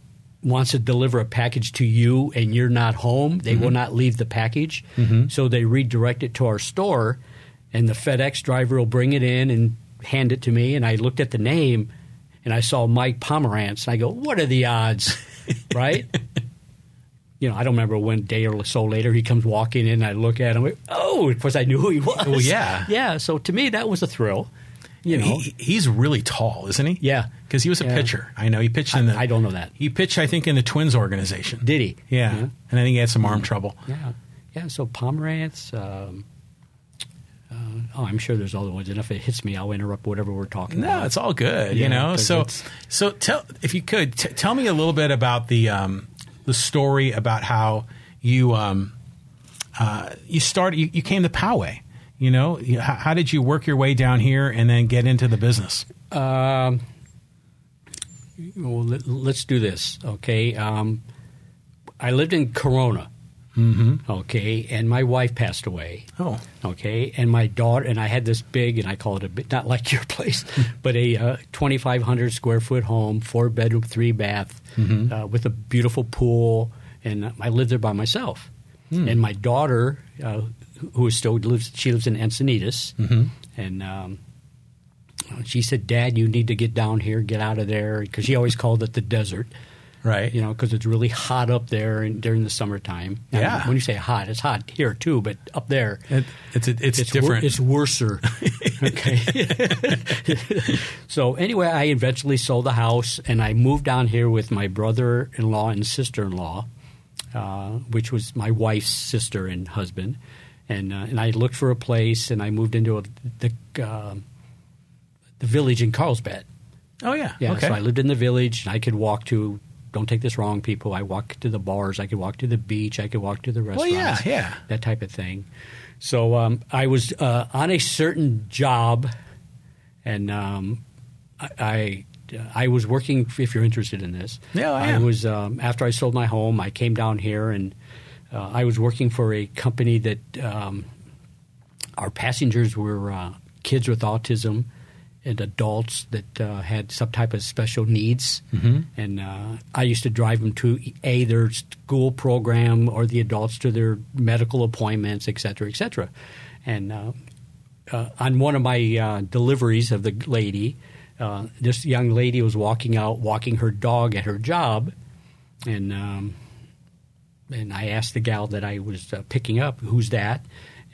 Speaker 2: wants to deliver a package to you and you're not home, they
Speaker 1: Mm-hmm.
Speaker 2: will not leave the package. So they redirect it to our store, and the FedEx driver will bring it in and hand it to me. And I looked at the name, and I saw Mike Pomerantz, and I go, "What are the odds?" right. You know, I don't remember when day or so later he comes walking in. and I look at him. like, Oh, of course I knew who he was.
Speaker 1: Well, yeah.
Speaker 2: yeah. So to me, that was a thrill. You
Speaker 1: And
Speaker 2: know,
Speaker 1: he, he's really tall, isn't he?
Speaker 2: Yeah.
Speaker 1: because he was a
Speaker 2: Yeah.
Speaker 1: pitcher. I know he pitched in the.
Speaker 2: I don't know that.
Speaker 1: He pitched, I think, in the Twins organization.
Speaker 2: Did he?
Speaker 1: Yeah,
Speaker 2: Yeah.
Speaker 1: and I think he had some arm trouble.
Speaker 2: Yeah, yeah. So Pomerantz. Um, uh, oh, I'm sure there's other ones, and if it hits me, I'll interrupt whatever we're talking about.
Speaker 1: No, it's all good.
Speaker 2: Yeah,
Speaker 1: you know,
Speaker 2: 'cause
Speaker 1: so
Speaker 2: it's-
Speaker 1: so tell if you could t- tell me a little bit about the um, the story about how you um, uh, you started. You, you came to Poway. You know, You- how, how did you work your way down here and then get into the business?
Speaker 2: Um, well, let, let's do this, okay? Um, I lived in Corona, mm-hmm. okay, and my wife passed away.
Speaker 1: Oh,
Speaker 2: okay and my daughter and i had this big and i call it a bit not like your place but a uh, 2500 square foot home four bedroom three bath
Speaker 1: Mm-hmm.
Speaker 2: uh, with a beautiful pool and i lived there by myself
Speaker 1: Hmm.
Speaker 2: and my daughter uh, who is still lives she lives in encinitas
Speaker 1: Mm-hmm.
Speaker 2: and um, she said dad you need to get down here get out of there because she always called it the desert
Speaker 1: right.
Speaker 2: you know, because it's really hot up there in, during the summertime. I mean,
Speaker 1: Yeah.
Speaker 2: when you say hot, it's hot here too, but up there,
Speaker 1: It- it's it's,
Speaker 2: it's wor-
Speaker 1: different.
Speaker 2: it's worser. okay. so anyway, I eventually sold the house and I moved down here with my brother-in-law and sister-in-law, uh, which was my wife's sister and husband, and uh, and I looked for a place and I moved into a, the uh, the village in Carlsbad.
Speaker 1: oh yeah.
Speaker 2: Yeah,
Speaker 1: okay.
Speaker 2: so I lived in the village, and I could walk to. Don't take this wrong, people. I walk to the bars. I could walk to the beach. I could walk to the restaurants.
Speaker 1: yeah, yeah.
Speaker 2: that type of thing. So um, I was uh, on a certain job, and um, I, I I was working. If you're interested in this,
Speaker 1: Yeah, I am.
Speaker 2: was um, after I sold my home. I came down here, and uh, I was working for a company that um, our passengers were uh, kids with autism and adults that uh, had some type of special needs. Mm-hmm. And uh, I used to drive them to a their school program or the adults to their medical appointments, et cetera, et cetera. And uh, uh, on one of my uh, deliveries of the lady, uh, this young lady was walking out, walking her dog at her job, and um, and I asked the gal that I was uh, picking up, "Who's that?"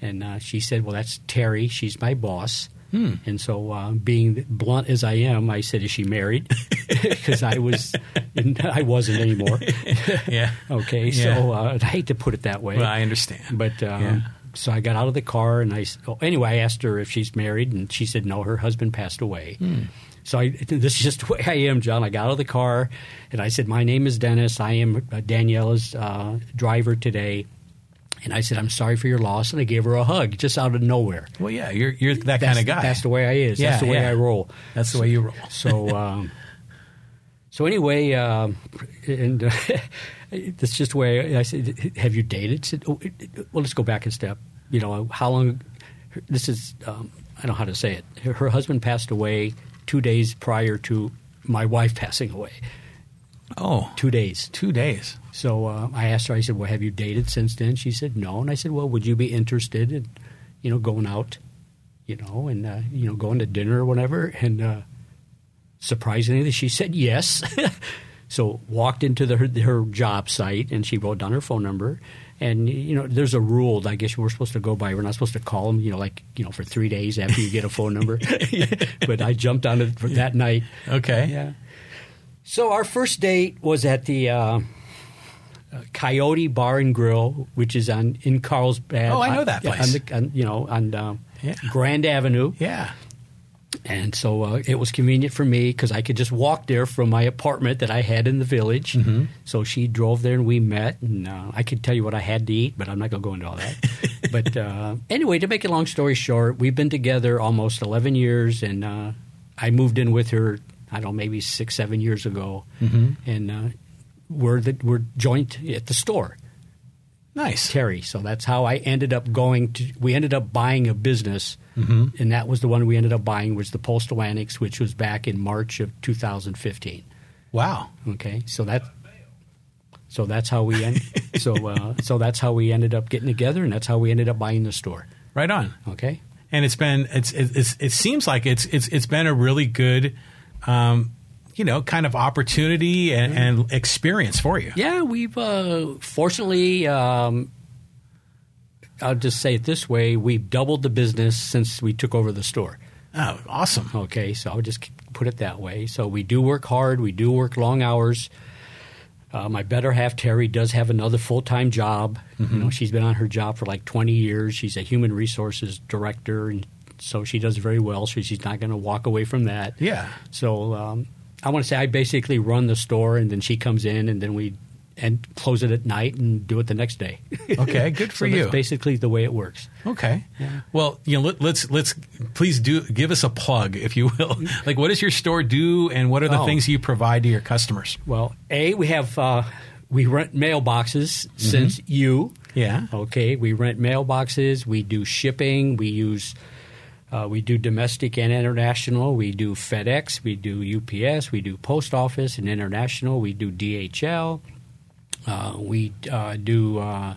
Speaker 2: And uh, she said, "Well, that's Terry. She's my boss."
Speaker 1: Hmm.
Speaker 2: And so, uh, being blunt as I am, I said, "Is she married?" Because I was, I wasn't anymore.
Speaker 1: yeah.
Speaker 2: okay,
Speaker 1: Yeah.
Speaker 2: so uh, I hate to put it that way,
Speaker 1: Well, I understand.
Speaker 2: but um,
Speaker 1: Yeah.
Speaker 2: So I got out of the car and I s- oh, anyway I asked her if she's married and she said no her husband passed away. So I, this is just the way I am, John. I got out of the car and I said my name is Dennis. I am uh, Daniela's uh, driver today. And I said I'm sorry for your loss and I gave her a hug just out of nowhere.
Speaker 1: Well, yeah, you're you're that
Speaker 2: That's-
Speaker 1: kind of guy.
Speaker 2: That's the way I is.
Speaker 1: Yeah,
Speaker 2: that's the way
Speaker 1: yeah.
Speaker 2: I roll.
Speaker 1: That's the way you roll.
Speaker 2: So, um, so anyway, um, and uh, that's just the way I said. Have you dated? Said, oh, it, it- well, let's go back a step. You know, how long? This is um, I don't know how to say it. Her, her husband passed away two days prior to my wife passing away.
Speaker 1: Oh, two
Speaker 2: Two days.
Speaker 1: two days.
Speaker 2: So uh, I asked her. I said, "Well, have you dated since then?" She said, "No." And I said, "Well, would you be interested in, you know, going out, you know, and uh, you know, going to dinner or whatever?" And uh, surprisingly, she said yes. so walked into the, her, her job site and she wrote down her phone number. And you know, there's a rule. that I guess we're supposed to go by. We're not supposed to call them. You know, like you know, for three days after you get a phone number. but I jumped on it for that night.
Speaker 1: Okay.
Speaker 2: Yeah. So our first date was at the uh, uh, Coyote Bar and Grill, which is on in Carlsbad.
Speaker 1: Oh, I know
Speaker 2: on-
Speaker 1: that
Speaker 2: yeah,
Speaker 1: place.
Speaker 2: On the, on, you know, on uh,
Speaker 1: Yeah.
Speaker 2: Grand Avenue.
Speaker 1: Yeah.
Speaker 2: And so uh, it was convenient for me because I could just walk there from my apartment that I had in the village. So she drove there and we met. And uh, I could tell you what I had to eat, but I'm not going to go into all that. but uh, anyway, to make a long story short, we've been together almost 11 years. And uh, I moved in with her, I don't know, maybe six, seven years ago. And uh, we're, the, we're joint at the store.
Speaker 1: Nice.
Speaker 2: Terry. So that's how I ended up going to. We ended up buying a business, and that was the one we ended up buying was the Postal Annex, which was back in March of 2015.
Speaker 1: Wow.
Speaker 2: Okay, so that, so that's how we end. so uh, so that's how we ended up getting together, and that's how we ended up buying the store.
Speaker 1: Right on.
Speaker 2: Okay,
Speaker 1: and it's been it's it- it's it seems like it's it's it's been a really good um you know kind of opportunity and,
Speaker 2: Mm-hmm.
Speaker 1: and experience for you
Speaker 2: Yeah, we've uh, fortunately. Um, I'll just say it this way: we've doubled the business since we took over the store.
Speaker 1: oh awesome
Speaker 2: Okay, so I'll just put it that way. So we do work hard. We do work long hours. Uh, my better half Terry does have another full time job.
Speaker 1: Mm-hmm.
Speaker 2: You know, she's been on her job for like 20 years. She's a human resources director, and so she does very well. So she's not going to walk away from that.
Speaker 1: Yeah.
Speaker 2: So um, I want to say I basically run the store, and then she comes in, and then we and close it at night and do it the next day.
Speaker 1: okay good
Speaker 2: so
Speaker 1: for
Speaker 2: that's
Speaker 1: you
Speaker 2: basically the way it works.
Speaker 1: okay well you know let, let's let's please do give us a plug if you will like what does your store do and what are the
Speaker 2: Mm-hmm. Oh.
Speaker 1: things you provide to your customers
Speaker 2: Well, a we have uh, we rent mailboxes since you.
Speaker 1: Yeah.
Speaker 2: Okay. We rent mailboxes. We do shipping. We use. Uh, we do domestic and international. We do FedEx. We do UPS. We do post office and international. We do DHL. Uh, we uh, do. Uh,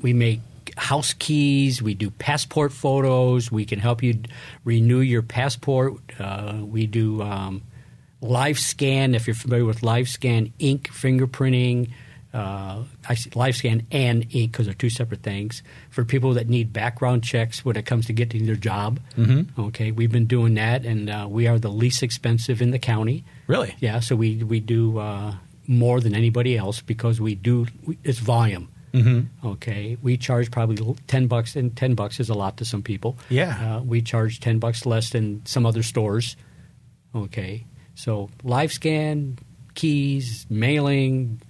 Speaker 2: we make house keys. We do passport photos. We can help you d- renew your passport. Uh, we do um, live scan. If you're familiar with live scan, ink fingerprinting. Uh, I see live scan and ink because they're two separate things for people that need background checks when it comes to getting their job. Mm-hmm. Okay, we've been doing that, and uh, we are the least expensive in the county.
Speaker 1: really
Speaker 2: Yeah, so we we do uh, more than anybody else because we do we, it's volume. Mm-hmm. Okay, we charge probably l- ten bucks, and ten bucks is a lot to some people.
Speaker 1: Yeah.
Speaker 2: uh, we charge ten bucks less than some other stores. Okay, so live scan, keys, mailing,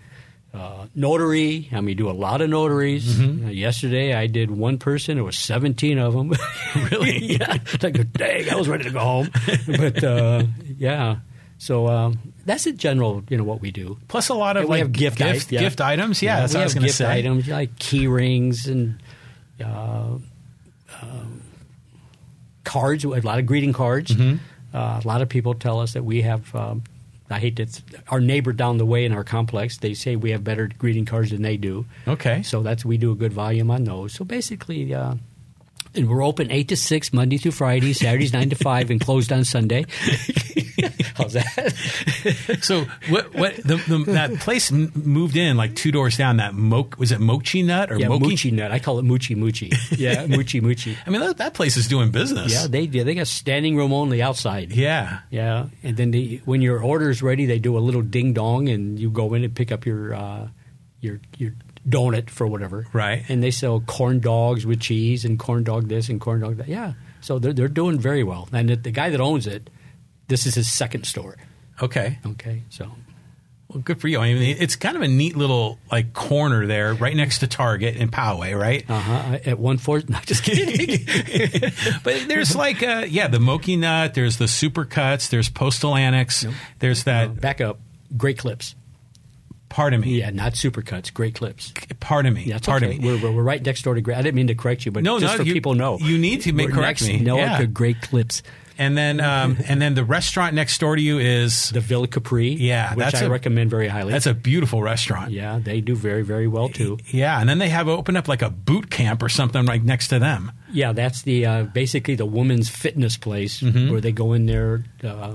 Speaker 2: uh, notary. I mean, we do a lot of notaries. Uh, yesterday, I did one person. There was seventeen of them. really? yeah. It's like, dang, I was ready to go home. But uh, yeah, so um, that's in general, you know, what we do.
Speaker 1: plus a lot of
Speaker 2: And we
Speaker 1: like
Speaker 2: have gift
Speaker 1: gift,
Speaker 2: items, yeah.
Speaker 1: gift items yeah, that's what
Speaker 2: we
Speaker 1: i
Speaker 2: have
Speaker 1: was going to
Speaker 2: gift
Speaker 1: say
Speaker 2: items like key rings and uh, um, cards. A lot of greeting cards.
Speaker 1: Mm-hmm.
Speaker 2: Uh, a lot of people tell us that we have. Um, I hate that our neighbor down the way in our complex. They say we have better greeting cards than they do.
Speaker 1: okay
Speaker 2: So that's we do a good volume on those. So basically, uh, and we're open eight to six Monday through Friday, Saturdays nine to five, and closed on Sunday. How's that?
Speaker 1: So what? What the, the, that place m- moved in like two doors down. That mo was it Mochi Nut or
Speaker 2: Yeah,
Speaker 1: Mochi?
Speaker 2: moochie nut. I call it moochie moochie. Yeah, moochie moochie.
Speaker 1: I mean, that, that place is doing business.
Speaker 2: Yeah, they do. They got standing room only outside.
Speaker 1: yeah.
Speaker 2: Yeah, and then they, when your order's ready, they do a little ding dong, and you go in and pick up your uh, your your donut for whatever.
Speaker 1: Right.
Speaker 2: And they sell corn dogs with cheese and corn dog this and corn dog that. Yeah. So they're, they're doing very well. And the, the guy that owns it, this is his second store.
Speaker 1: Okay.
Speaker 2: Okay. So
Speaker 1: Well, good for you. I mean, it's kind of a neat little like corner there, right next to Target in Poway, right?
Speaker 2: uh at one fourth, no, just kidding.
Speaker 1: but there's like, uh, yeah, the Moki Nut. There's the Super Cuts. There's Postal Annex. There's that.
Speaker 2: Back up. Great clips.
Speaker 1: Pardon me.
Speaker 2: Yeah, not supercuts. Great clips.
Speaker 1: Pardon me.
Speaker 2: Yeah, it's
Speaker 1: pardon
Speaker 2: okay.
Speaker 1: me.
Speaker 2: We're, we're, we're right next door to Great. I didn't mean to correct you, but
Speaker 1: No,
Speaker 2: just
Speaker 1: no,
Speaker 2: so
Speaker 1: you-
Speaker 2: people know,
Speaker 1: you need to make-
Speaker 2: We're
Speaker 1: correct
Speaker 2: next
Speaker 1: me.
Speaker 2: Noah
Speaker 1: Yeah.
Speaker 2: to Great Clips,
Speaker 1: And then, um, and then the restaurant next door to you is
Speaker 2: the Villa Capri.
Speaker 1: Yeah,
Speaker 2: which
Speaker 1: that's
Speaker 2: I
Speaker 1: a-
Speaker 2: recommend very highly.
Speaker 1: that's a beautiful restaurant.
Speaker 2: yeah, they do very very well too.
Speaker 1: Yeah, and then they have opened up like a boot camp or something right next to them.
Speaker 2: Yeah, that's the uh, basically the women's fitness place
Speaker 1: Mm-hmm.
Speaker 2: where they go in there uh,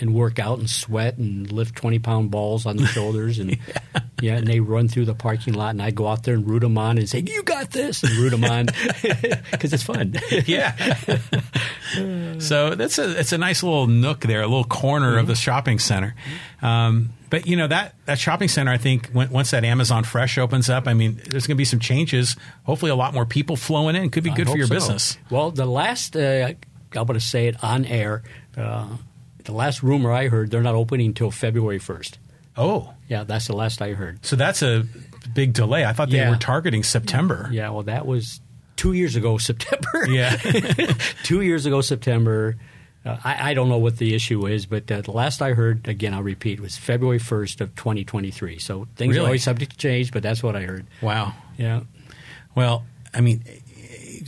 Speaker 2: and work out and sweat and lift twenty pound balls on their shoulders and yeah. and they run through the parking lot and I go out there and root them on and say you got this and root them on because it's fun.
Speaker 1: Yeah. so that's a it's a nice little nook there, a little corner of the
Speaker 2: Mm-hmm.
Speaker 1: shopping center. Um, but you know that that shopping center, I think, when, once that Amazon Fresh opens up, I mean, there's going to be some changes. Hopefully, a lot more people flowing in. Could be good
Speaker 2: I
Speaker 1: for
Speaker 2: hope
Speaker 1: your
Speaker 2: so.
Speaker 1: business.
Speaker 2: Well, the last, uh, I'm going to say it on air, uh, the last rumor I heard, they're not opening until February 1st.
Speaker 1: Oh,
Speaker 2: Yeah, that's the last I heard.
Speaker 1: so that's a big delay. I thought they
Speaker 2: Yeah.
Speaker 1: were targeting September.
Speaker 2: Yeah, well, that was two years ago, September.
Speaker 1: Yeah.
Speaker 2: two years ago, September. Uh, I, I don't know what the issue is, but uh, the last I heard, again, I'll repeat, was February 1st of 2023. So things
Speaker 1: Really?
Speaker 2: are always subject to change, but that's what I heard.
Speaker 1: wow.
Speaker 2: Yeah.
Speaker 1: Well, I mean,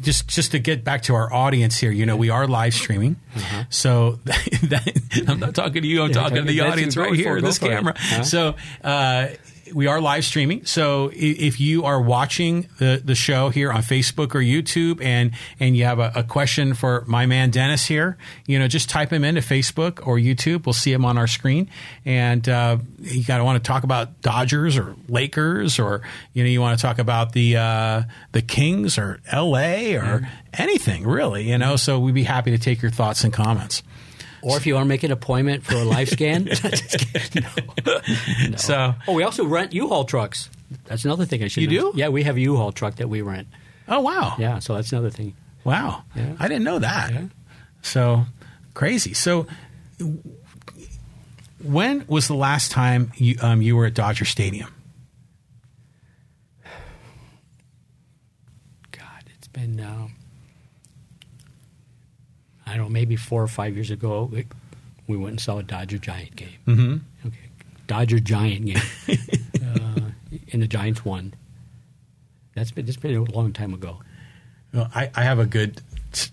Speaker 1: just just to get back to our audience here, you know, we are live streaming,
Speaker 2: Mm-hmm.
Speaker 1: so that, I'm not talking to you. I'm talking to the
Speaker 2: that's-
Speaker 1: audience
Speaker 2: go
Speaker 1: right
Speaker 2: for it,
Speaker 1: here, in
Speaker 2: go
Speaker 1: this
Speaker 2: for it.
Speaker 1: camera.
Speaker 2: Huh?
Speaker 1: So. Uh, we are live streaming, so i- if you are watching the, the show here on Facebook or YouTube, and and you have a, a question for my man Dennis here, you know, just type him into Facebook or YouTube. We'll see him on our screen, and uh, you got to want to talk about Dodgers or Lakers, or you know, you want to talk about the uh, the Kings or L.A. or anything really, you know. So we'd be happy to take your thoughts and comments.
Speaker 2: Or if you want to make an appointment for a live scan. Just kidding. No. No.
Speaker 1: So-
Speaker 2: oh, we also rent U-Haul trucks. That's another thing I should.
Speaker 1: You
Speaker 2: know.
Speaker 1: do?
Speaker 2: Yeah, we have a U-Haul truck that we rent.
Speaker 1: Oh wow,
Speaker 2: Yeah, so that's another thing.
Speaker 1: Wow.
Speaker 2: Yeah.
Speaker 1: I didn't know that.
Speaker 2: Yeah.
Speaker 1: So crazy. So w- when was the last time you, um, you were at Dodger Stadium?
Speaker 2: God, it's been now. I don't know, maybe four or five years ago, we- we went and saw a Dodger Giant game. Mm-hmm. Okay, Dodger Giant game, uh, and the Giants won. That's been it's been a long time ago.
Speaker 1: Well, I, I have a good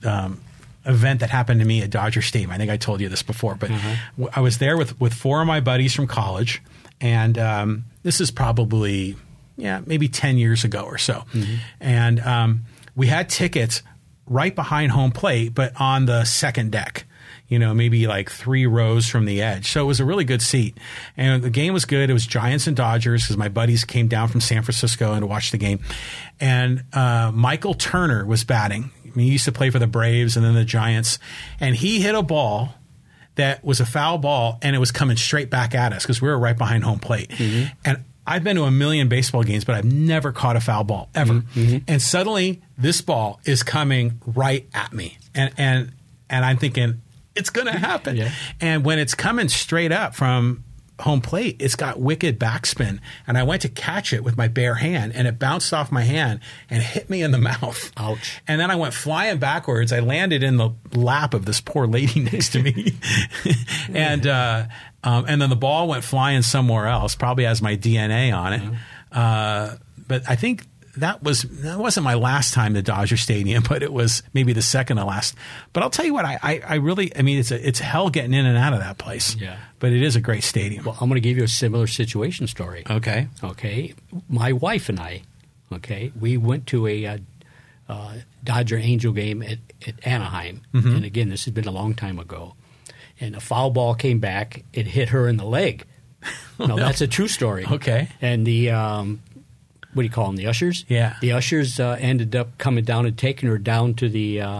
Speaker 1: um, event that happened to me at Dodger Stadium. I think I told you this before, but
Speaker 2: Mm-hmm.
Speaker 1: w- I was there with, with four of my buddies from college, and um, this is probably yeah maybe ten years ago or so,
Speaker 2: Mm-hmm.
Speaker 1: and um, we had tickets right behind home plate, but on the second deck. You know, maybe like three rows from the edge. So it was a really good seat. And the game was good. It was Giants and Dodgers because my buddies came down from San Francisco and to watch the game. And uh, Michael Turner was batting. I mean, he used to play for the Braves and then the Giants. And he hit a ball that was a foul ball and it was coming straight back at us because we were right behind home plate.
Speaker 2: Mm-hmm.
Speaker 1: And I've been to a million baseball games, but I've never caught a foul ball ever.
Speaker 2: Mm-hmm.
Speaker 1: And suddenly this ball is coming right at me. And and and I'm thinking, it's gonna happen.
Speaker 2: Yeah.
Speaker 1: And when it's coming straight up from home plate, it's got wicked backspin. And I went to catch it with my bare hand and it bounced off my hand and hit me in the mouth.
Speaker 2: Ouch.
Speaker 1: And then I went flying backwards. I landed in the lap of this poor lady next to me, and uh, um, and then the ball went flying somewhere else. Probably has my DNA on it. Uh, but I think that was that wasn't my last time to Dodger Stadium, but it was maybe the second to last. But I'll tell you what, I I, I really I mean it's a, it's hell getting in and out of that place.
Speaker 2: Yeah.
Speaker 1: But it is a great stadium.
Speaker 2: I'm going to give you a similar situation story.
Speaker 1: okay.
Speaker 2: okay my wife and i okay we went to a uh, uh, dodger angel game at, at anaheim
Speaker 1: Mm-hmm.
Speaker 2: and again this has been a long time ago and a foul ball came back it hit her in the leg no, that's a true story
Speaker 1: Okay.
Speaker 2: and the um, what do you call them the ushers
Speaker 1: Yeah.
Speaker 2: the ushers uh, ended up coming down and taking her down to the uh,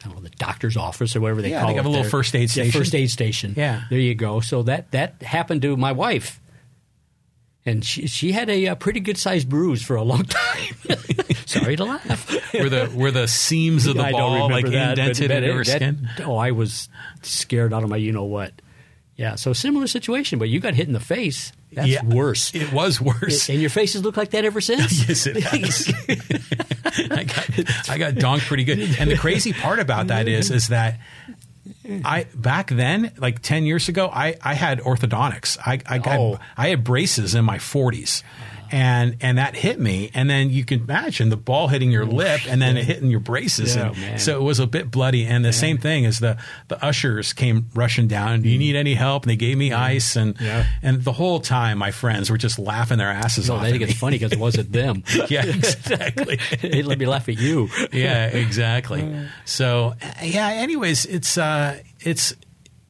Speaker 2: I don't know, the doctor's office or whatever they
Speaker 1: Yeah,
Speaker 2: call
Speaker 1: they
Speaker 2: it.
Speaker 1: have a little
Speaker 2: there.
Speaker 1: first aid
Speaker 2: Yeah,
Speaker 1: station.
Speaker 2: first aid station.
Speaker 1: Yeah.
Speaker 2: There you go. So that, that happened to my wife. and she she had a, uh pretty good sized bruise for a long time. Sorry to laugh.
Speaker 1: Were the were the seams of the
Speaker 2: I don't
Speaker 1: ball
Speaker 2: remember
Speaker 1: like
Speaker 2: that, but-
Speaker 1: indented
Speaker 2: but
Speaker 1: in her
Speaker 2: it- that-
Speaker 1: skin?
Speaker 2: Oh, I was scared out of my you know what. Yeah, so similar situation, but you got hit in the face. That's
Speaker 1: Yeah.
Speaker 2: worse.
Speaker 1: It was worse.
Speaker 2: and your faces look like that ever since.
Speaker 1: Yes, it has. I got, I got donked pretty good. And the crazy part about that is, is that I back then, like ten years ago, I, I had orthodontics. I I, got,
Speaker 2: Oh.
Speaker 1: I had braces in my forties, and and that hit me. And then you can imagine the ball hitting your lip, and then it hitting your braces,
Speaker 2: Yeah,
Speaker 1: and
Speaker 2: man.
Speaker 1: so it was a bit bloody. And the same thing as the the ushers came rushing down. Do you need any help? And they gave me ice, and
Speaker 2: Mm. Yeah.
Speaker 1: and the whole time my friends were just laughing their asses
Speaker 2: So
Speaker 1: off.
Speaker 2: Oh, I think
Speaker 1: at
Speaker 2: it's funny because it wasn't them.
Speaker 1: yeah, exactly.
Speaker 2: it let me laugh at you.
Speaker 1: yeah, exactly. So uh, yeah. Anyways, it's uh, it's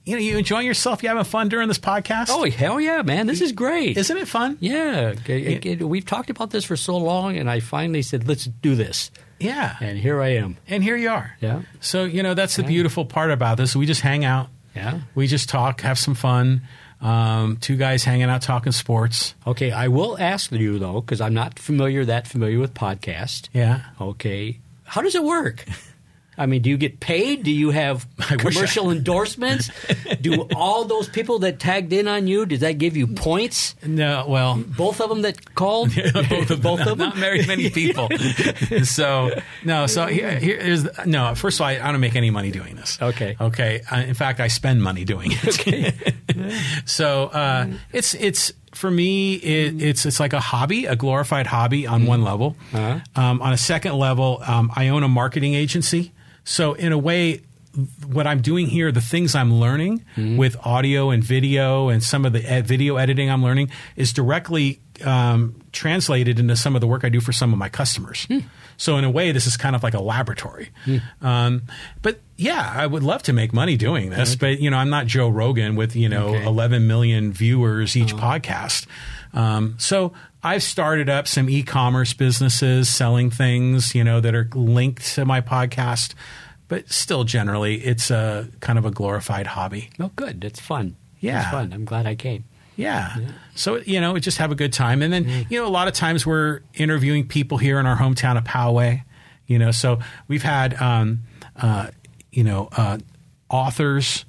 Speaker 1: you know, you enjoying yourself, you having fun during this podcast.
Speaker 2: Oh hell yeah, man! This is great.
Speaker 1: isn't it fun?
Speaker 2: yeah, it- it- it- we've talked about this for so long, and I finally said, "Let's do this,"
Speaker 1: Yeah. And,
Speaker 2: and here I am.
Speaker 1: here you are.
Speaker 2: Yeah.
Speaker 1: So you know that's the beautiful part about this. We just hang out.
Speaker 2: Yeah.
Speaker 1: We just talk, have some fun. Um, two guys hanging out talking sports.
Speaker 2: Okay, I will ask you though, because I'm not familiar that familiar with podcast.
Speaker 1: Yeah.
Speaker 2: Okay, how does it work? I mean, do you get paid? Do you have
Speaker 1: wish I-
Speaker 2: commercial endorsements? do all those people that tagged in on you? Does that give you points?
Speaker 1: No. Well.
Speaker 2: Both of them that called.
Speaker 1: both of
Speaker 2: both
Speaker 1: them.
Speaker 2: of them.
Speaker 1: Not very many people. so no. So here, here is the- no. First of all, I, I don't make any money doing this.
Speaker 2: Okay.
Speaker 1: Okay. I, in fact, I spend money doing it. Okay. so uh,
Speaker 2: Mm.
Speaker 1: it's it's for me it, it's it's like a hobby, a glorified hobby on one level.
Speaker 2: Mm. Uh-huh.
Speaker 1: Um, on a second level, um, I own a marketing agency. So in a way, what I'm doing here, the things I'm learning
Speaker 2: Mm-hmm.
Speaker 1: with audio and video and some of the ed- video editing I'm learning is directly um, translated into some of the work I do for some of my customers.
Speaker 2: Hmm.
Speaker 1: So in a way, this is kind of like a laboratory. Um, but yeah, I would love to make money doing this, but you know, I'm not Joe Rogan with you know
Speaker 2: Okay.
Speaker 1: 11 million viewers each podcast. Um, so I've started up some e-commerce businesses selling things, you know, that are linked to my podcast, but still generally it's a kind of a glorified hobby.
Speaker 2: Oh, good. It's fun.
Speaker 1: Yeah.
Speaker 2: It's fun. I'm glad I came.
Speaker 1: Yeah. So, you know, just have a good time. And then, you know, a lot of times we're interviewing people here in our hometown of Poway, you know, so we've had, um, uh, you know, uh, authors,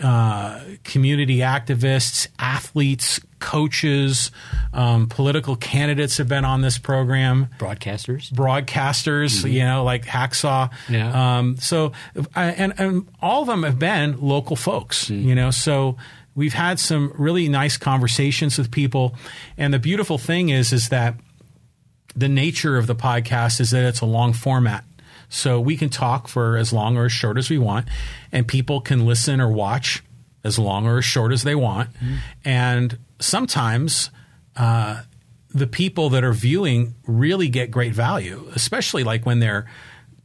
Speaker 1: uh, community activists, athletes, coaches, um, political candidates have been on this program
Speaker 2: Broadcasters.
Speaker 1: broadcasters, you know, like Hacksaw.
Speaker 2: Yeah.
Speaker 1: Um, so, I- and, and all of them have been local folks, you know, so we've had some really nice conversations with people. And the beautiful thing is, is that the nature of the podcast is that it's a long format. So we can talk for as long or as short as we want, and people can listen or watch as long or as short as they want. And sometimes uh, the people that are viewing really get great value, especially like when they're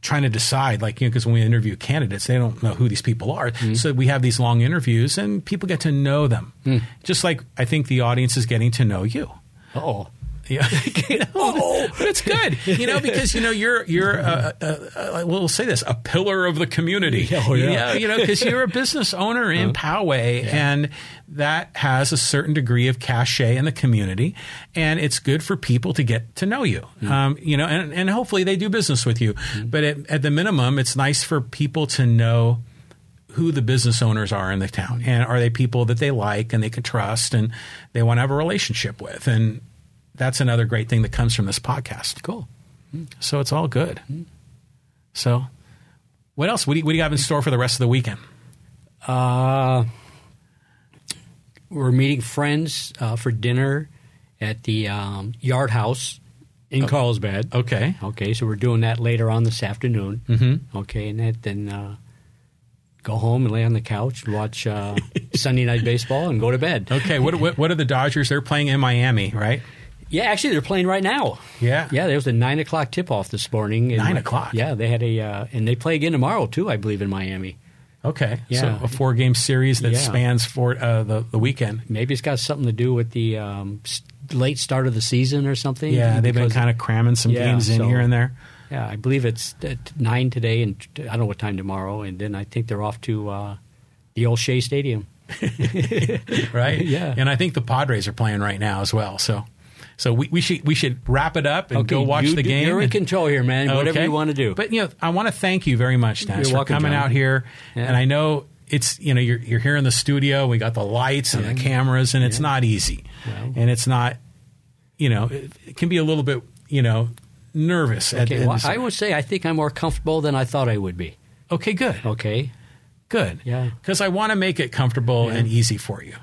Speaker 1: trying to decide, like, you know, because when we interview candidates, they don't know who these people are.
Speaker 2: Mm-hmm.
Speaker 1: So we have these long interviews and people get to know them,
Speaker 2: Mm.
Speaker 1: just like I think the audience is getting to know you.
Speaker 2: Oh.
Speaker 1: Yeah, You know, but it's good, you know, because you know you're you're uh, uh, uh, we'll say this a pillar of the community.
Speaker 2: Yeah, oh, yeah.
Speaker 1: You know, you know, because you're a business owner in Poway, and that has a certain degree of cachet in the community, and it's good for people to get to know you. Um, you know, and and hopefully they do business with you. But at, at the minimum, it's nice for people to know who the business owners are in the town and are they people that they like and they can trust and they want to have a relationship with and that's another great thing that comes from this podcast
Speaker 2: Cool.
Speaker 1: so it's all good so what else what do, you, what do you have in store for the rest of the weekend
Speaker 2: Uh, we're meeting friends uh, for dinner at the um, Yard House in
Speaker 1: Oh.
Speaker 2: Carlsbad.
Speaker 1: okay
Speaker 2: Okay, so we're doing that later on this afternoon. Mm-hmm. Okay, and that, then uh, go home and lay on the couch, watch uh, Sunday night baseball, and go to bed.
Speaker 1: okay what, what, what are the dodgers they're playing in miami right
Speaker 2: Yeah, actually, they're playing right now.
Speaker 1: Yeah.
Speaker 2: yeah. There was a nine o'clock tip off this morning. And-
Speaker 1: Nine o'clock?
Speaker 2: Yeah, they had a, uh, and they play again tomorrow too, I believe, in Miami.
Speaker 1: okay
Speaker 2: Yeah.
Speaker 1: so a four game series that
Speaker 2: Yeah.
Speaker 1: spans for uh, the, the weekend
Speaker 2: Maybe it's got something to do with the um, s- late start of the season or something.
Speaker 1: yeah they've been
Speaker 2: because-
Speaker 1: kind of cramming some
Speaker 2: Yeah,
Speaker 1: games in
Speaker 2: so-
Speaker 1: here and there
Speaker 2: Yeah, I believe it's at nine today, and t- I don't know what time tomorrow, and then I think they're off to uh, the old Shea Stadium.
Speaker 1: right?
Speaker 2: Yeah.
Speaker 1: And I think the Padres are playing right now as well. So, so we, we should we should wrap it up and Oh, go watch
Speaker 2: you
Speaker 1: the
Speaker 2: do-
Speaker 1: game.
Speaker 2: You're in
Speaker 1: and-
Speaker 2: control here, man. Whatever
Speaker 1: Okay.
Speaker 2: you want to do.
Speaker 1: But you know, I want to thank you very much, Nash,
Speaker 2: You're
Speaker 1: for
Speaker 2: welcome,
Speaker 1: coming
Speaker 2: John.
Speaker 1: out here.
Speaker 2: Yeah.
Speaker 1: And I know it's you know you're you're here in the studio. We got the lights and the cameras, and it's not easy,
Speaker 2: Well.
Speaker 1: and it's not you know it, it can be a little bit you know nervous. at-
Speaker 2: okay,
Speaker 1: at
Speaker 2: well,
Speaker 1: this-
Speaker 2: I would say I think I'm more comfortable than I thought I would be.
Speaker 1: okay, good,
Speaker 2: Okay,
Speaker 1: good,
Speaker 2: Yeah. Hmm.
Speaker 1: because I want to make it comfortable and easy for you.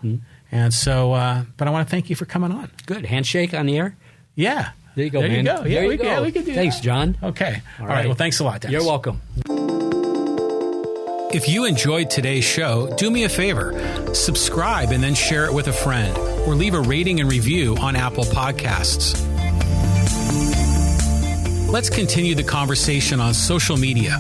Speaker 1: And so, uh, but I want to thank you for coming on.
Speaker 2: good handshake on the air.
Speaker 1: Yeah,
Speaker 2: There you go,
Speaker 1: there
Speaker 2: man.
Speaker 1: You go. Yeah,
Speaker 2: There you
Speaker 1: we,
Speaker 2: go.
Speaker 1: yeah, we can do
Speaker 2: Thanks,
Speaker 1: that.
Speaker 2: John.
Speaker 1: Okay. All right.
Speaker 2: right.
Speaker 1: Well, thanks a lot, Dennis.
Speaker 2: You're welcome.
Speaker 1: If you enjoyed today's show, do me a favor subscribe and then share it with a friend, or leave a rating and review on Apple Podcasts. Let's continue the conversation on social media.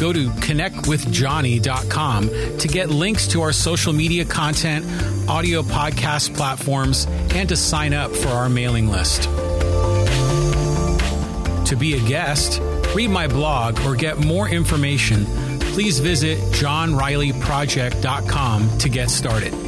Speaker 1: Go to connectwithjohnny.com to get links to our social media content, audio podcast platforms, and to sign up for our mailing list. To be a guest, read my blog, or get more information, please visit johnrileyproject.com to get started.